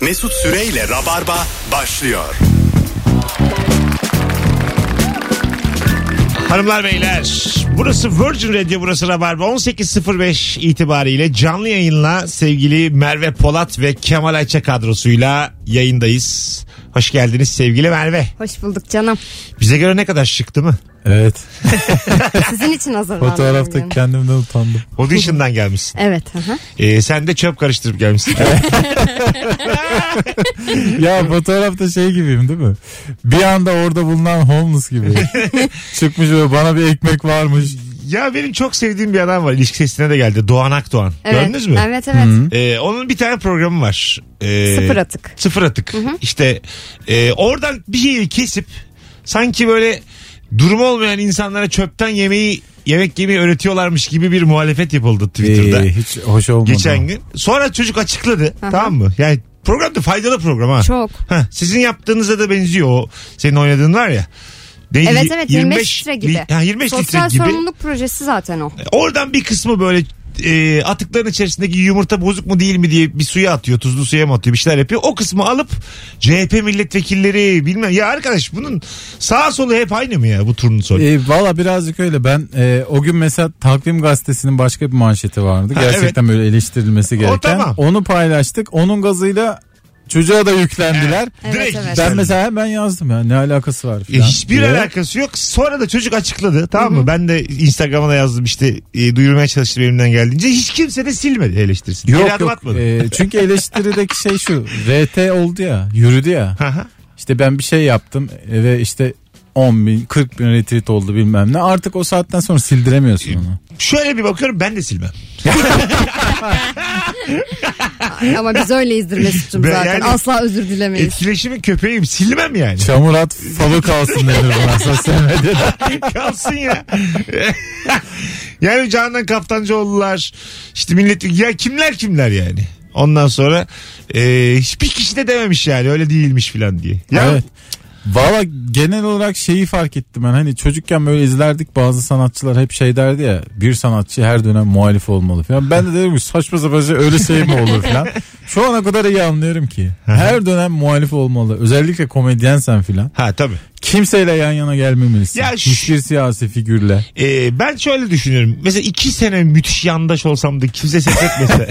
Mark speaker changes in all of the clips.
Speaker 1: Mesut Süreyle Rabarba başlıyor.
Speaker 2: Hanımlar beyler burası Virgin Radio burası Rabarba 18.05 itibariyle canlı yayınla sevgili Merve Polat ve Kemal Ayça kadrosuyla yayındayız. Hoş geldiniz sevgili Merve.
Speaker 3: Hoş bulduk canım.
Speaker 2: Bize göre ne kadar şık değil mi?
Speaker 4: Evet.
Speaker 3: Sizin için hazırlandım.
Speaker 4: Fotoğrafta
Speaker 3: bugün.
Speaker 4: kendimden utandım.
Speaker 2: Audition'dan gelmişsin.
Speaker 3: Evet. aha.
Speaker 2: Ee, sen de çöp karıştırıp gelmişsin.
Speaker 4: ya fotoğrafta şey gibiyim değil mi? Bir anda orada bulunan homeless gibi. Çıkmış ve bana bir ekmek varmış.
Speaker 2: ya benim çok sevdiğim bir adam var. İlişki sesine de geldi. Doğan Akdoğan.
Speaker 3: Evet.
Speaker 2: Gördünüz mü?
Speaker 3: Evet evet.
Speaker 2: Ee, onun bir tane programı var. Ee,
Speaker 3: Sıfır atık.
Speaker 2: Sıfır atık. İşte e, oradan bir şeyi kesip sanki böyle durum olmayan insanlara çöpten yemeği yemek yemeyi öğretiyorlarmış gibi bir muhalefet yapıldı Twitter'da.
Speaker 4: Ee, hiç hoş olmadı.
Speaker 2: geçen gün. Sonra çocuk açıkladı. Tamam mı? Yani program da faydalı program ha.
Speaker 3: Çok.
Speaker 2: Heh, sizin yaptığınıza da benziyor o senin oynadığın var ya. Neydi?
Speaker 3: Evet evet 25, litre gibi.
Speaker 2: li- ha, 25
Speaker 3: Sosyal
Speaker 2: litre gibi.
Speaker 3: sorumluluk projesi zaten o.
Speaker 2: Oradan bir kısmı böyle e, atıkların içerisindeki yumurta bozuk mu değil mi diye bir suya atıyor. Tuzlu suya mı atıyor bir şeyler yapıyor. O kısmı alıp CHP milletvekilleri bilmem. Ya arkadaş bunun sağa solu hep aynı mı ya bu turun sonu?
Speaker 4: Ee, Valla birazcık öyle ben e, o gün mesela takvim gazetesinin başka bir manşeti vardı.
Speaker 2: Ha,
Speaker 4: Gerçekten böyle eleştirilmesi gereken.
Speaker 2: tamam.
Speaker 4: Onu paylaştık. Onun gazıyla çocuğa da yüklendiler.
Speaker 3: Evet,
Speaker 2: Direkt
Speaker 3: evet.
Speaker 2: yükseldi.
Speaker 4: Ben mesela hemen yazdım ya ne alakası var
Speaker 2: E,
Speaker 4: falan
Speaker 2: Hiçbir
Speaker 4: diye.
Speaker 2: alakası yok. Sonra da çocuk açıkladı tamam mı? Ben de Instagram'a da yazdım işte e, duyurmaya çalıştım elimden geldiğince. Hiç kimse de silmedi eleştirisini. Yok,
Speaker 4: Yok yok.
Speaker 2: atmadı.
Speaker 4: Ee, çünkü eleştirideki şey şu. RT oldu ya, yürüdü ya.
Speaker 2: Hı hı.
Speaker 4: İşte ben bir şey yaptım e, ve işte 10 bin 40 bin retweet oldu bilmem ne. Artık o saatten sonra sildiremiyorsun onu.
Speaker 2: Şöyle bir bakıyorum ben de silmem.
Speaker 3: Ama biz öyleyizdir Mesut'cum
Speaker 2: Ben
Speaker 3: zaten.
Speaker 2: yani-
Speaker 3: Asla özür dilemeyiz.
Speaker 2: Etkileşimin köpeğim silmem yani.
Speaker 4: Çamur at falı kalsın denir buna sosyal medyada.
Speaker 2: Kalsın ya. yani Canan Kaftancıoğlu'lar işte millet ya kimler kimler yani. Ondan sonra e, hiçbir kişi de dememiş yani öyle değilmiş filan diye. Ya
Speaker 4: Evet. Valla genel olarak şeyi fark ettim ben hani çocukken böyle izlerdik bazı sanatçılar hep şey derdi ya bir sanatçı her dönem muhalif olmalı falan. Ben de dedim ki saçma sapan şey öyle şey mi olur falan. Şu ana kadar iyi anlıyorum ki her dönem muhalif olmalı özellikle komedyensen falan.
Speaker 2: ha tabii.
Speaker 4: Kimseyle yan yana gelmemelisin.
Speaker 2: Ya şu-
Speaker 4: Hiçbir siyasi figürle.
Speaker 2: E, ben şöyle düşünüyorum. Mesela iki sene müthiş yandaş olsam da kimse ses etmese.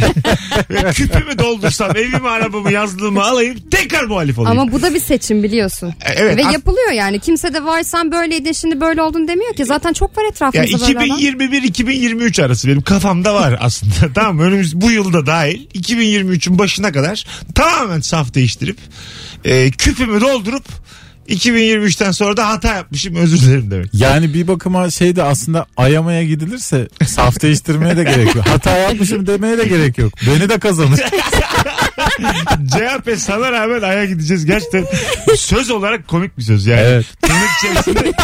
Speaker 2: ve küpümü doldursam evimi arabamı yazlığımı alayım tekrar muhalif olayım.
Speaker 3: Ama bu da bir seçim biliyorsun.
Speaker 2: E, evet,
Speaker 3: Ve
Speaker 2: as-
Speaker 3: yapılıyor yani. Kimse de varsan böyleydin şimdi böyle oldun demiyor ki. Zaten çok var
Speaker 2: Ya
Speaker 3: etrafımızda böyle adam.
Speaker 2: 2021-2023 arası benim kafamda var aslında. tamam mı? Önümüz bu yılda dahil 2023'ün başına kadar tamamen saf değiştirip e, küpümü doldurup 2023'ten sonra da hata yapmışım özür dilerim demek.
Speaker 4: Yani bir bakıma şey de aslında ayamaya gidilirse saf değiştirmeye de gerek yok. Hata yapmışım demeye de gerek yok. Beni de kazanır.
Speaker 2: CHP sana rağmen aya gideceğiz gerçekten. Söz olarak komik bir söz yani.
Speaker 4: Evet.
Speaker 2: Tırnak içerisinde değil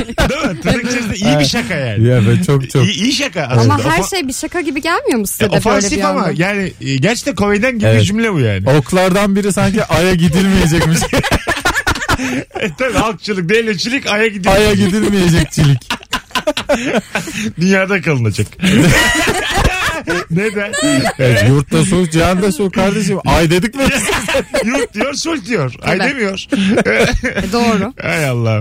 Speaker 2: mi? Tırnak içerisinde iyi bir şaka yani.
Speaker 4: Ya ben çok çok.
Speaker 2: İyi, iyi şaka aslında.
Speaker 3: Ama her
Speaker 2: Ofa-
Speaker 3: şey bir şaka gibi gelmiyor mu size de böyle bir
Speaker 2: Ofansif ama
Speaker 3: anda?
Speaker 2: yani e, gerçekten komediden gibi bir
Speaker 4: Evet.
Speaker 2: cümle bu yani.
Speaker 4: Oklardan biri sanki aya gidilmeyecekmiş.
Speaker 2: E, tabii halkçılık, devletçilik aya gidiyor.
Speaker 4: aya gidilmeyecekçilik.
Speaker 2: Dünyada kalınacak. Neden?
Speaker 4: Evet, yurtta soğuk, cihanda soğuk kardeşim. Ay dedik mi?
Speaker 2: Yurt diyor, sulh diyor. Ay
Speaker 3: Tabii.
Speaker 2: demiyor.
Speaker 3: E, Doğru.
Speaker 2: Hay Allah.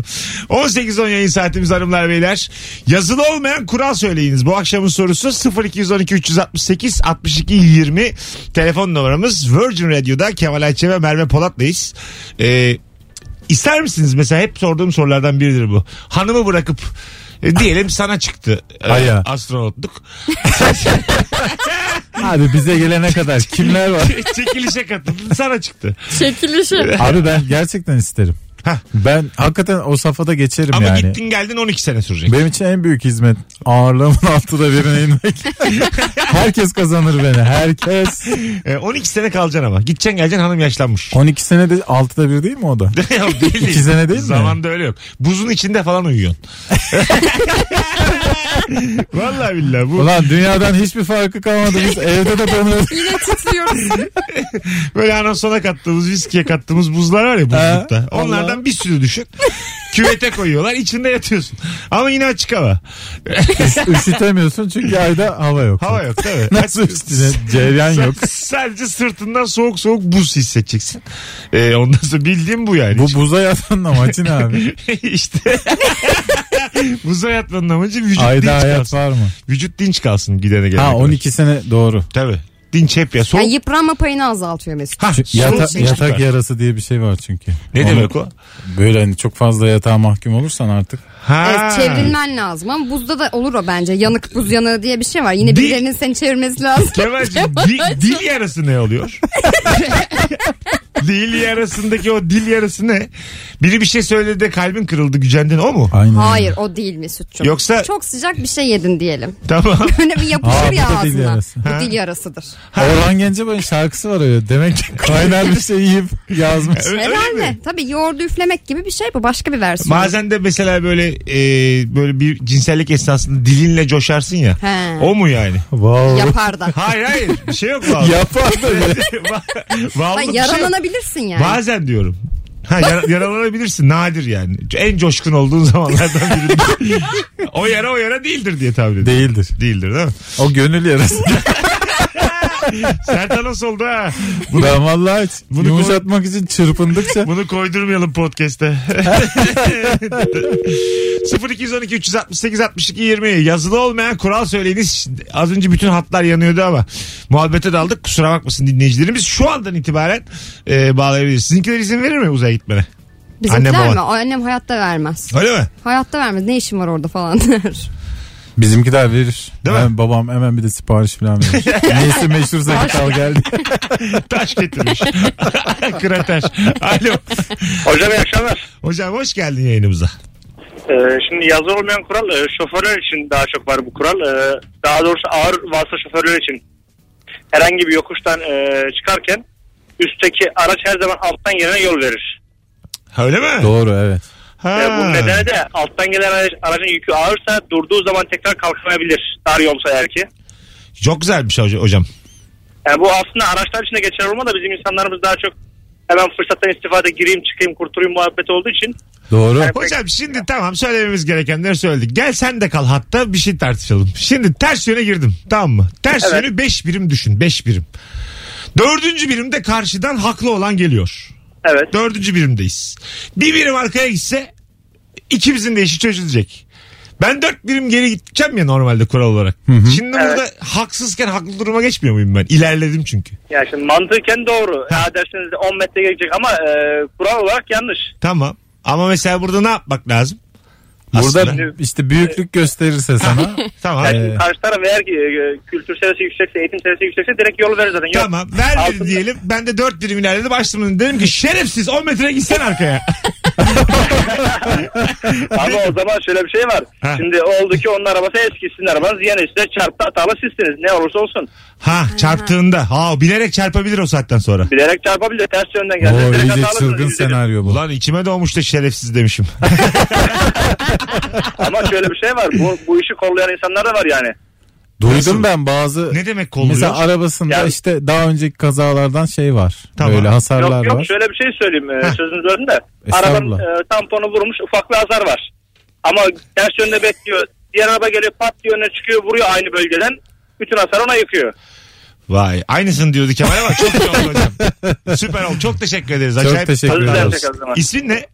Speaker 2: 18-10 yayın saatimiz hanımlar beyler. Yazılı olmayan kural söyleyiniz. Bu akşamın sorusu 0212 368 62 20. Telefon numaramız Virgin Radio'da Kemal Ayçe ve Merve Polat'layız. Ee, ister misiniz mesela hep sorduğum sorulardan biridir bu. Hanımı bırakıp e, diyelim sana çıktı e,
Speaker 4: Aya.
Speaker 2: astronotluk.
Speaker 4: Abi bize gelene kadar kimler var?
Speaker 2: E, Çekilişe katıldın sana çıktı.
Speaker 3: Çekilişi.
Speaker 4: Abi ben gerçekten isterim.
Speaker 2: Hah.
Speaker 4: Ben hakikaten o safhada geçerim
Speaker 2: Ama
Speaker 4: yani.
Speaker 2: gittin geldin 12 sene sürecek.
Speaker 4: Benim için en büyük hizmet ağırlığımın altıda birine inmek. herkes kazanır beni herkes.
Speaker 2: E, 12 sene kalacaksın ama. Gideceksin geleceksin hanım yaşlanmış.
Speaker 4: 12 senede altıda bir değil mi o da?
Speaker 2: Yok, değil,
Speaker 4: İki sene değil mi?
Speaker 2: Zamanda öyle yok. Buzun içinde falan uyuyorsun. Vallahi billahi bu
Speaker 4: Ulan dünyadan hiçbir farkı kalmadı biz evde de donuyoruz.
Speaker 3: Yine titriyoruz.
Speaker 2: böyle anonsona kattığımız viskiye kattığımız buzlar var ya buzlukta.
Speaker 4: Ha,
Speaker 2: Onlardan
Speaker 4: Allah.
Speaker 2: bir sürü düşün. Küvete koyuyorlar içinde yatıyorsun. Ama yine açık hava.
Speaker 4: Üşütemiyorsun çünkü ayda hava yok.
Speaker 2: Hava yok tabii.
Speaker 4: Nasıl üstüne? Cereyan
Speaker 2: Sen-
Speaker 4: yok.
Speaker 2: Sadece sırtından soğuk soğuk buz hissedeceksin. Ee, ondan sonra bildiğim bu yani.
Speaker 4: Bu buza yatan da Matin abi.
Speaker 2: işte. Buza yatmanın amacı vücut
Speaker 4: Ayda
Speaker 2: dinç
Speaker 4: hayat
Speaker 2: kalsın.
Speaker 4: var mı?
Speaker 2: Vücut dinç kalsın gidene gelene.
Speaker 4: Ha
Speaker 2: kadar.
Speaker 4: 12 sene doğru.
Speaker 2: Tabii. Dinç hep ya. Soğuk.
Speaker 3: Yani yıpranma payını azaltıyor Mesut.
Speaker 2: Ha,
Speaker 4: Çünkü
Speaker 2: soğuk
Speaker 4: yata-
Speaker 2: dinçlik var.
Speaker 4: yatak yarası diye bir şey var çünkü.
Speaker 2: Ne
Speaker 4: Onu-
Speaker 2: demek o?
Speaker 4: Böyle hani çok fazla yatağa mahkum olursan artık.
Speaker 2: Ha.
Speaker 3: Evet, çevrilmen lazım ama buzda da olur o bence. Yanık buz yanığı diye bir şey var. Yine
Speaker 2: Di-
Speaker 3: birilerinin seni çevirmesi lazım.
Speaker 2: Kemal'cim di- dil yarası ne oluyor? dil yarasındaki o dil yarası ne? Biri bir şey söyledi de kalbin kırıldı gücendin o mu?
Speaker 4: Aynen.
Speaker 3: Hayır o değil Mesut'cum.
Speaker 2: Hmm. Yoksa-
Speaker 3: Çok sıcak bir şey yedin diyelim.
Speaker 2: Tamam.
Speaker 3: Böyle bir yapışır
Speaker 4: Aa, bu
Speaker 3: ya
Speaker 4: da dil
Speaker 3: ağzına.
Speaker 4: yarası.
Speaker 3: Bu dil yarasıdır.
Speaker 4: Orhan Gencebay'ın şarkısı var öyle. Demek ki kaynar bir şey yiyip yazmış.
Speaker 2: Ö- öyle mi?
Speaker 3: Herhalde. Tabii yoğurdu üflemek gibi bir şey bu. Başka bir versiyon.
Speaker 2: Bazen de mesela böyle e, böyle bir cinsellik esnasında dilinle coşarsın ya.
Speaker 3: He.
Speaker 2: O mu yani?
Speaker 4: Wow.
Speaker 3: Yapar da.
Speaker 2: Hayır hayır. Bir şey yok vallahi.
Speaker 4: Yapar da böyle.
Speaker 2: Va-
Speaker 3: Ha,
Speaker 2: Vallahi bir şey yok.
Speaker 3: yaralanabilirsin yani.
Speaker 2: Bazen diyorum. Ha, yara- yaralanabilirsin nadir yani. En coşkun olduğun zamanlardan birinde. o yara o yara değildir diye tahmin ediyorum.
Speaker 4: Değildir.
Speaker 2: Değildir değil mi?
Speaker 4: O gönül yarası.
Speaker 2: Sertan Asol'da ha.
Speaker 4: ben vallahi hiç
Speaker 2: Bunu-
Speaker 4: yumuşatmak için çırpındıkça
Speaker 2: Bunu koydurmayalım podcast'te. 0212 368 62 20 yazılı olmayan kural söyleyiniz. Az önce bütün hatlar yanıyordu ama muhabbete daldık. Kusura bakmasın dinleyicilerimiz. Şu andan itibaren e, bağlayabiliriz. Sizinkiler izin verir mi uzaya gitmene?
Speaker 3: Bizimkiler
Speaker 2: annem,
Speaker 3: mi?
Speaker 2: baban.
Speaker 3: Annem hayatta vermez.
Speaker 2: Öyle mi?
Speaker 3: Hayatta vermez. Ne işim var orada falan der.
Speaker 4: bizimkiler verir.
Speaker 2: Değil mi?
Speaker 4: Hemen Babam hemen bir de sipariş falan verir. Neyse meşhursa git al geldi.
Speaker 2: Taş getirmiş. Krater. Alo.
Speaker 5: Hocam iyi akşamlar.
Speaker 2: Hocam hoş geldin yayınımıza.
Speaker 5: Ee, şimdi yazılı olmayan kural e, şoförler için daha çok var bu kural. Ee, daha doğrusu ağır vasıta şoförler için herhangi bir yokuştan e, çıkarken üstteki araç her zaman alttan gelene yol verir.
Speaker 2: Ha, Öyle mi?
Speaker 4: Doğru evet.
Speaker 2: Ha.
Speaker 5: Ee, bunun nedeni de alttan gelen araç, aracın yükü ağırsa durduğu zaman tekrar kalkamayabilir. Dar yolsa eğer ki.
Speaker 2: Çok güzel bir şey hoca- hocam.
Speaker 5: Yani bu aslında araçlar için de geçerli olma da bizim insanlarımız daha çok hemen fırsattan istifade gireyim çıkayım kurtulayım muhabbet olduğu için
Speaker 4: Doğru.
Speaker 2: Hocam şimdi tamam söylememiz gerekenleri söyledik. Gel sen de kal hatta bir şey tartışalım. Şimdi ters yöne girdim tamam mı? Ters
Speaker 5: Evet.
Speaker 2: yönü 5 birim düşün 5 birim. Dördüncü birimde karşıdan haklı olan geliyor.
Speaker 5: evet.
Speaker 2: Dördüncü birimdeyiz. Bir birim arkaya gitse ikimizin de işi çözülecek. Ben dört birim geri gideceğim ya normalde kural olarak. Şimdi
Speaker 5: Evet.
Speaker 2: burada haksızken haklı duruma geçmiyor muyum ben? İlerledim çünkü.
Speaker 5: Ya şimdi mantıken doğru. Ya derseniz de 10 metre gelecek ama e, kural olarak yanlış.
Speaker 2: Tamam. Ama mesela burada ne yapmak lazım?
Speaker 4: Burada
Speaker 2: Aslında.
Speaker 4: işte büyüklük gösterirse sana
Speaker 2: Tamam.
Speaker 5: Yani
Speaker 4: Ee.
Speaker 5: karşı taraf eğer ki, e, kültür seviyesi yüksekse, eğitim seviyesi yüksekse direkt yol verir zaten. Yok.
Speaker 2: Tamam ver bir
Speaker 5: Altında-
Speaker 2: diyelim. Ben de dört birim ilerledim açtım. Dedim ki şerefsiz 10 metre gitsen arkaya.
Speaker 5: Ama o zaman şöyle bir şey var.
Speaker 2: Ha.
Speaker 5: Şimdi oldu ki onun arabası eski, sizin arabanız yeni. Size çarptı hatalı sizsiniz. Ne olursa olsun.
Speaker 2: ha çarptığında. Ha bilerek çarpabilir o saatten sonra.
Speaker 5: Bilerek çarpabilir. Ters yönden geldi.
Speaker 4: o
Speaker 5: direkt
Speaker 4: iyice
Speaker 5: hatalısınız.
Speaker 4: çılgın
Speaker 5: Yüzde-
Speaker 4: senaryo bu.
Speaker 2: Ulan içime doğmuş da şerefsiz demişim.
Speaker 5: Ama şöyle bir şey var. Bu, bu işi kollayan insanlar da var yani.
Speaker 2: Nasıl?
Speaker 4: Duydum ben bazı
Speaker 2: ne demek kolluyor?
Speaker 4: Mesela arabasında
Speaker 5: Yani-
Speaker 4: işte daha önceki kazalardan şey var.
Speaker 2: Tamam.
Speaker 4: Böyle hasarlar
Speaker 5: Yok yok
Speaker 4: var.
Speaker 5: şöyle bir şey söyleyeyim. e, Sözünüz önünde. Arabanın
Speaker 4: Estağfurullah.
Speaker 5: e, tamponu vurmuş ufak bir hasar var. Ama ters yönde bekliyor. Diğer araba geliyor pat diye öne çıkıyor vuruyor aynı bölgeden. Bütün hasar ona yıkıyor.
Speaker 2: Vay aynısını diyordu Kemal ama çok iyi oldu hocam. Süper oldu. Çok teşekkür ederiz.
Speaker 4: Çok
Speaker 2: Acayip-
Speaker 4: teşekkür
Speaker 5: Hadi
Speaker 4: ederiz.
Speaker 5: tekrar o zaman.
Speaker 2: İsmin ne?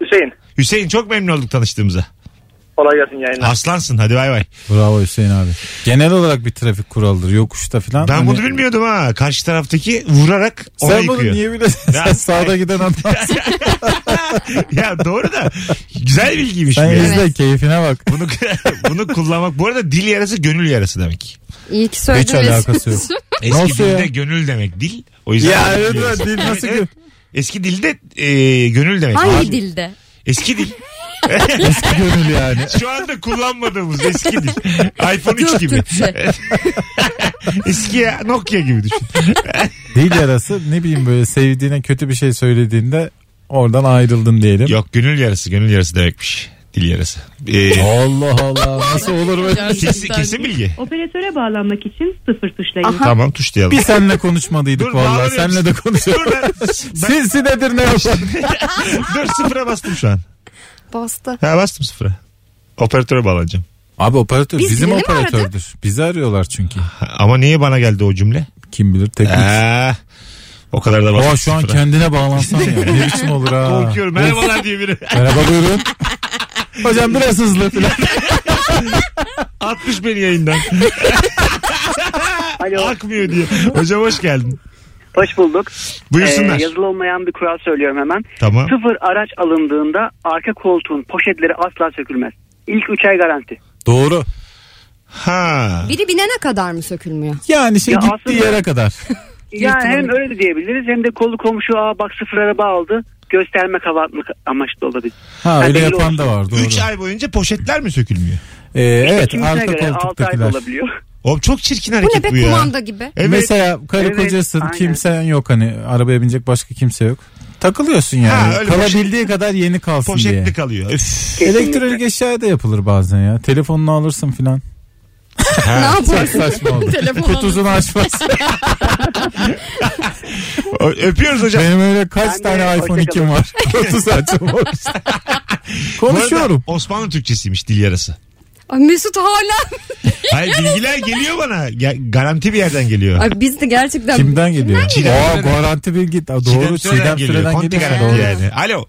Speaker 5: Hüseyin.
Speaker 2: Hüseyin çok memnun olduk tanıştığımıza.
Speaker 5: Kolay gelsin yayınlar.
Speaker 2: Aslansın hadi bay bay.
Speaker 4: Bravo Hüseyin abi. Genel olarak bir trafik kuralıdır. Yokuşta falan.
Speaker 2: Ben
Speaker 4: hani-
Speaker 2: bunu bilmiyordum ha. Karşı taraftaki vurarak ona
Speaker 4: Sen bunu
Speaker 2: yıkıyor.
Speaker 4: niye bilesin?
Speaker 2: Ya-
Speaker 4: Sen sağda giden adamsın.
Speaker 2: ya doğru da güzel bilgiymiş. bu
Speaker 4: Sen
Speaker 2: ya.
Speaker 4: izle keyfine bak.
Speaker 2: Bunu bunu kullanmak. Bu arada dil yarası gönül yarası demek.
Speaker 3: İyi ki söyledin.
Speaker 4: Hiç alakası yok.
Speaker 3: Mesut'cum.
Speaker 2: Eski
Speaker 4: Nasıl
Speaker 2: dilde
Speaker 4: ya?
Speaker 2: gönül demek dil. O yüzden
Speaker 4: Ya
Speaker 2: dil
Speaker 4: evet,
Speaker 2: yarası.
Speaker 4: dil nasıl
Speaker 2: Evet, evet. Eski dilde e, gönül demek.
Speaker 3: Hangi
Speaker 2: Abi,
Speaker 3: dilde?
Speaker 2: Eski dil.
Speaker 4: Eski gönül yani.
Speaker 2: Şu anda kullanmadığımız eski dil. iPhone 3
Speaker 3: Türk
Speaker 2: gibi.
Speaker 3: Türkçe.
Speaker 2: eski ya, Nokia gibi düşün.
Speaker 4: Dil yarası ne bileyim böyle sevdiğine kötü bir şey söylediğinde oradan ayrıldın diyelim.
Speaker 2: Yok gönül yarası gönül yarası demekmiş. Dil yarası. E,
Speaker 4: Allah Allah nasıl olur böyle?
Speaker 2: kesin, kesin bilgi.
Speaker 6: Operatöre bağlanmak için sıfır tuşlayın.
Speaker 3: Aha.
Speaker 2: Tamam tuşlayalım.
Speaker 4: Bir senle konuşmadıydık
Speaker 2: Dur,
Speaker 4: vallahi.
Speaker 2: bağlanıyorum.
Speaker 4: Senle de konuşalım.
Speaker 2: Dur ben, ben
Speaker 4: Sinsi nedir ne yapalım?
Speaker 2: dur sıfıra bastım şu an.
Speaker 3: Bastı.
Speaker 2: Ha bastım sıfıra. Operatöre bağlanacağım.
Speaker 4: Abi operatör
Speaker 3: Biz
Speaker 4: bizim
Speaker 3: birini mi
Speaker 4: operatördür. Bizi arıyorlar çünkü.
Speaker 2: Ha, Ama niye bana geldi o cümle?
Speaker 4: Kim bilir teknik.
Speaker 2: Ee, o kadar da bastım
Speaker 4: Oha şu an
Speaker 2: sıfıra.
Speaker 4: kendine bağlansan ya. Ne biçim olur ha.
Speaker 2: Korkuyorum. Merhabalar diye biri.
Speaker 4: Merhaba buyurun. Hocam biraz hızlı filan.
Speaker 2: Atmış beni yayından.
Speaker 7: Alo,
Speaker 2: Akmıyor diye. Hocam hoş geldin.
Speaker 7: hoş bulduk.
Speaker 2: Buyursunlar.
Speaker 7: Ee, yazılı olmayan bir kural söylüyorum hemen.
Speaker 2: Tamam.
Speaker 7: Sıfır araç alındığında arka koltuğun poşetleri asla sökülmez. İlk 3 ay garanti.
Speaker 4: Doğru.
Speaker 2: Ha.
Speaker 3: Biri binene kadar mı sökülmüyor?
Speaker 4: Yani şey
Speaker 7: Ya
Speaker 4: gittiği
Speaker 7: aslında-
Speaker 4: yere kadar.
Speaker 7: Yani
Speaker 3: Yırtılır.
Speaker 7: hem öyle de diyebiliriz hem de kolu komşu aa bak sıfır araba aldı gösterme kavatlık amaçlı da olabilir.
Speaker 4: Ha öyle
Speaker 7: belli
Speaker 4: yapan
Speaker 7: olsun.
Speaker 4: da var doğru.
Speaker 2: 3 ay boyunca poşetler mi sökülmüyor?
Speaker 4: Ee, evet
Speaker 7: Kimisine
Speaker 4: arka
Speaker 7: göre 6 ay da
Speaker 4: koltuktakiler.
Speaker 7: olabiliyor.
Speaker 2: Oğlum çok çirkin
Speaker 3: Bu ne
Speaker 2: hareket bu,
Speaker 3: be
Speaker 2: ya.
Speaker 3: kumanda gibi.
Speaker 2: Evet.
Speaker 4: Mesela karı
Speaker 7: Evet,
Speaker 4: kocasın
Speaker 7: aynen.
Speaker 4: kimsen yok hani arabaya binecek başka kimse yok. Takılıyorsun yani.
Speaker 2: Ha, öyle şey.
Speaker 4: Kalabildiği kadar yeni kalsın
Speaker 2: poşetli
Speaker 4: diye.
Speaker 2: kalıyor. Öf.
Speaker 4: Elektronik eşyaya da yapılır bazen ya. Telefonunu alırsın filan.
Speaker 3: Ne
Speaker 4: Çok
Speaker 3: yaparsın?
Speaker 4: saçma oldu.
Speaker 3: Telefonu
Speaker 4: Kutusunu açmaz.
Speaker 2: Ö- Öpüyoruz hocam.
Speaker 4: Benim öyle kaç
Speaker 7: Ben de
Speaker 4: tane iPhone
Speaker 7: hoşça
Speaker 4: 2'm var. Kutusu açılmamış.
Speaker 2: Bu arada
Speaker 4: Konuşuyorum.
Speaker 2: Osmanlı Türkçesiymiş dil yarası.
Speaker 3: Ay Mesut hala.
Speaker 2: Hayır bilgiler geliyor bana. Ge- garanti bir yerden geliyor.
Speaker 3: Ay biz de gerçekten.
Speaker 4: Kimden geliyor?
Speaker 2: geliyor?
Speaker 4: Aa, garanti bilgi. Aa, Doğru.
Speaker 2: Çiğdem Süreden
Speaker 4: Çiğdem
Speaker 2: geliyor.
Speaker 4: Süre'den
Speaker 2: Konti
Speaker 4: geliyor.
Speaker 2: garanti
Speaker 4: Doğru.
Speaker 2: yani. Alo.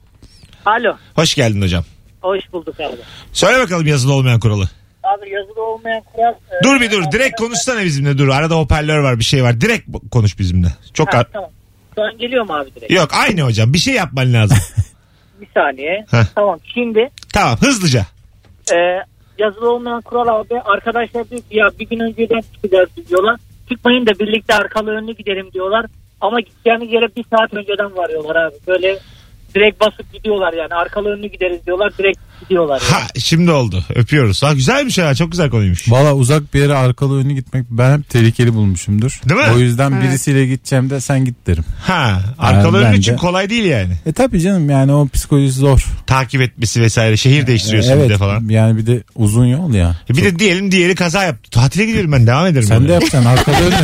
Speaker 8: Alo.
Speaker 2: Hoş geldin hocam.
Speaker 8: Hoş bulduk abi.
Speaker 2: Söyle bakalım yazılı olmayan kuralı.
Speaker 8: Abi yazılı olmayan kural... e,
Speaker 2: Dur bir dur. Direkt konuşsana bizimle. Dur. Arada hoparlör var bir şey var. Direkt bu- konuş bizimle. Çok
Speaker 8: Ha,
Speaker 2: ar-
Speaker 8: tamam. Şu an geliyor mu abi direkt?
Speaker 2: Yok aynı hocam. Bir şey yapman lazım.
Speaker 8: Bir saniye.
Speaker 2: Heh.
Speaker 8: Tamam şimdi
Speaker 2: tamam hızlıca.
Speaker 8: e, yazılı olmayan kural abi arkadaşlar diyor ki ya bir gün önceden çıkacağız biz yola. Çıkmayın da birlikte arkalı önlü gidelim diyorlar. Ama gideceğimiz yere bir saat önceden varıyorlar abi. Böyle direkt basıp gidiyorlar yani. Arkalı önlü gideriz diyorlar direkt gidiyorlar. Yani.
Speaker 2: Ha şimdi oldu. Öpüyoruz. Ha güzelmiş ha. Çok güzel konuymuş.
Speaker 4: Valla uzak bir yere arkalı önlü gitmek ben hep tehlikeli bulmuşumdur.
Speaker 2: Değil mi?
Speaker 4: O yüzden
Speaker 3: Evet.
Speaker 4: birisiyle gideceğim de sen git derim.
Speaker 2: Ha arkaların
Speaker 4: Ee, bence-
Speaker 2: için kolay değil yani.
Speaker 4: E tabi canım yani o psikolojisi zor.
Speaker 2: Takip etmesi vesaire şehir değiştiriyorsun
Speaker 4: evet,
Speaker 2: bir de falan. E
Speaker 4: Yani bir de uzun yol ya.
Speaker 2: Bir de diyelim diğeri kaza yaptı. Tatile gidiyorum ben devam ederim.
Speaker 4: Sen
Speaker 2: öyle.
Speaker 4: de yapacaksın arkada önlü.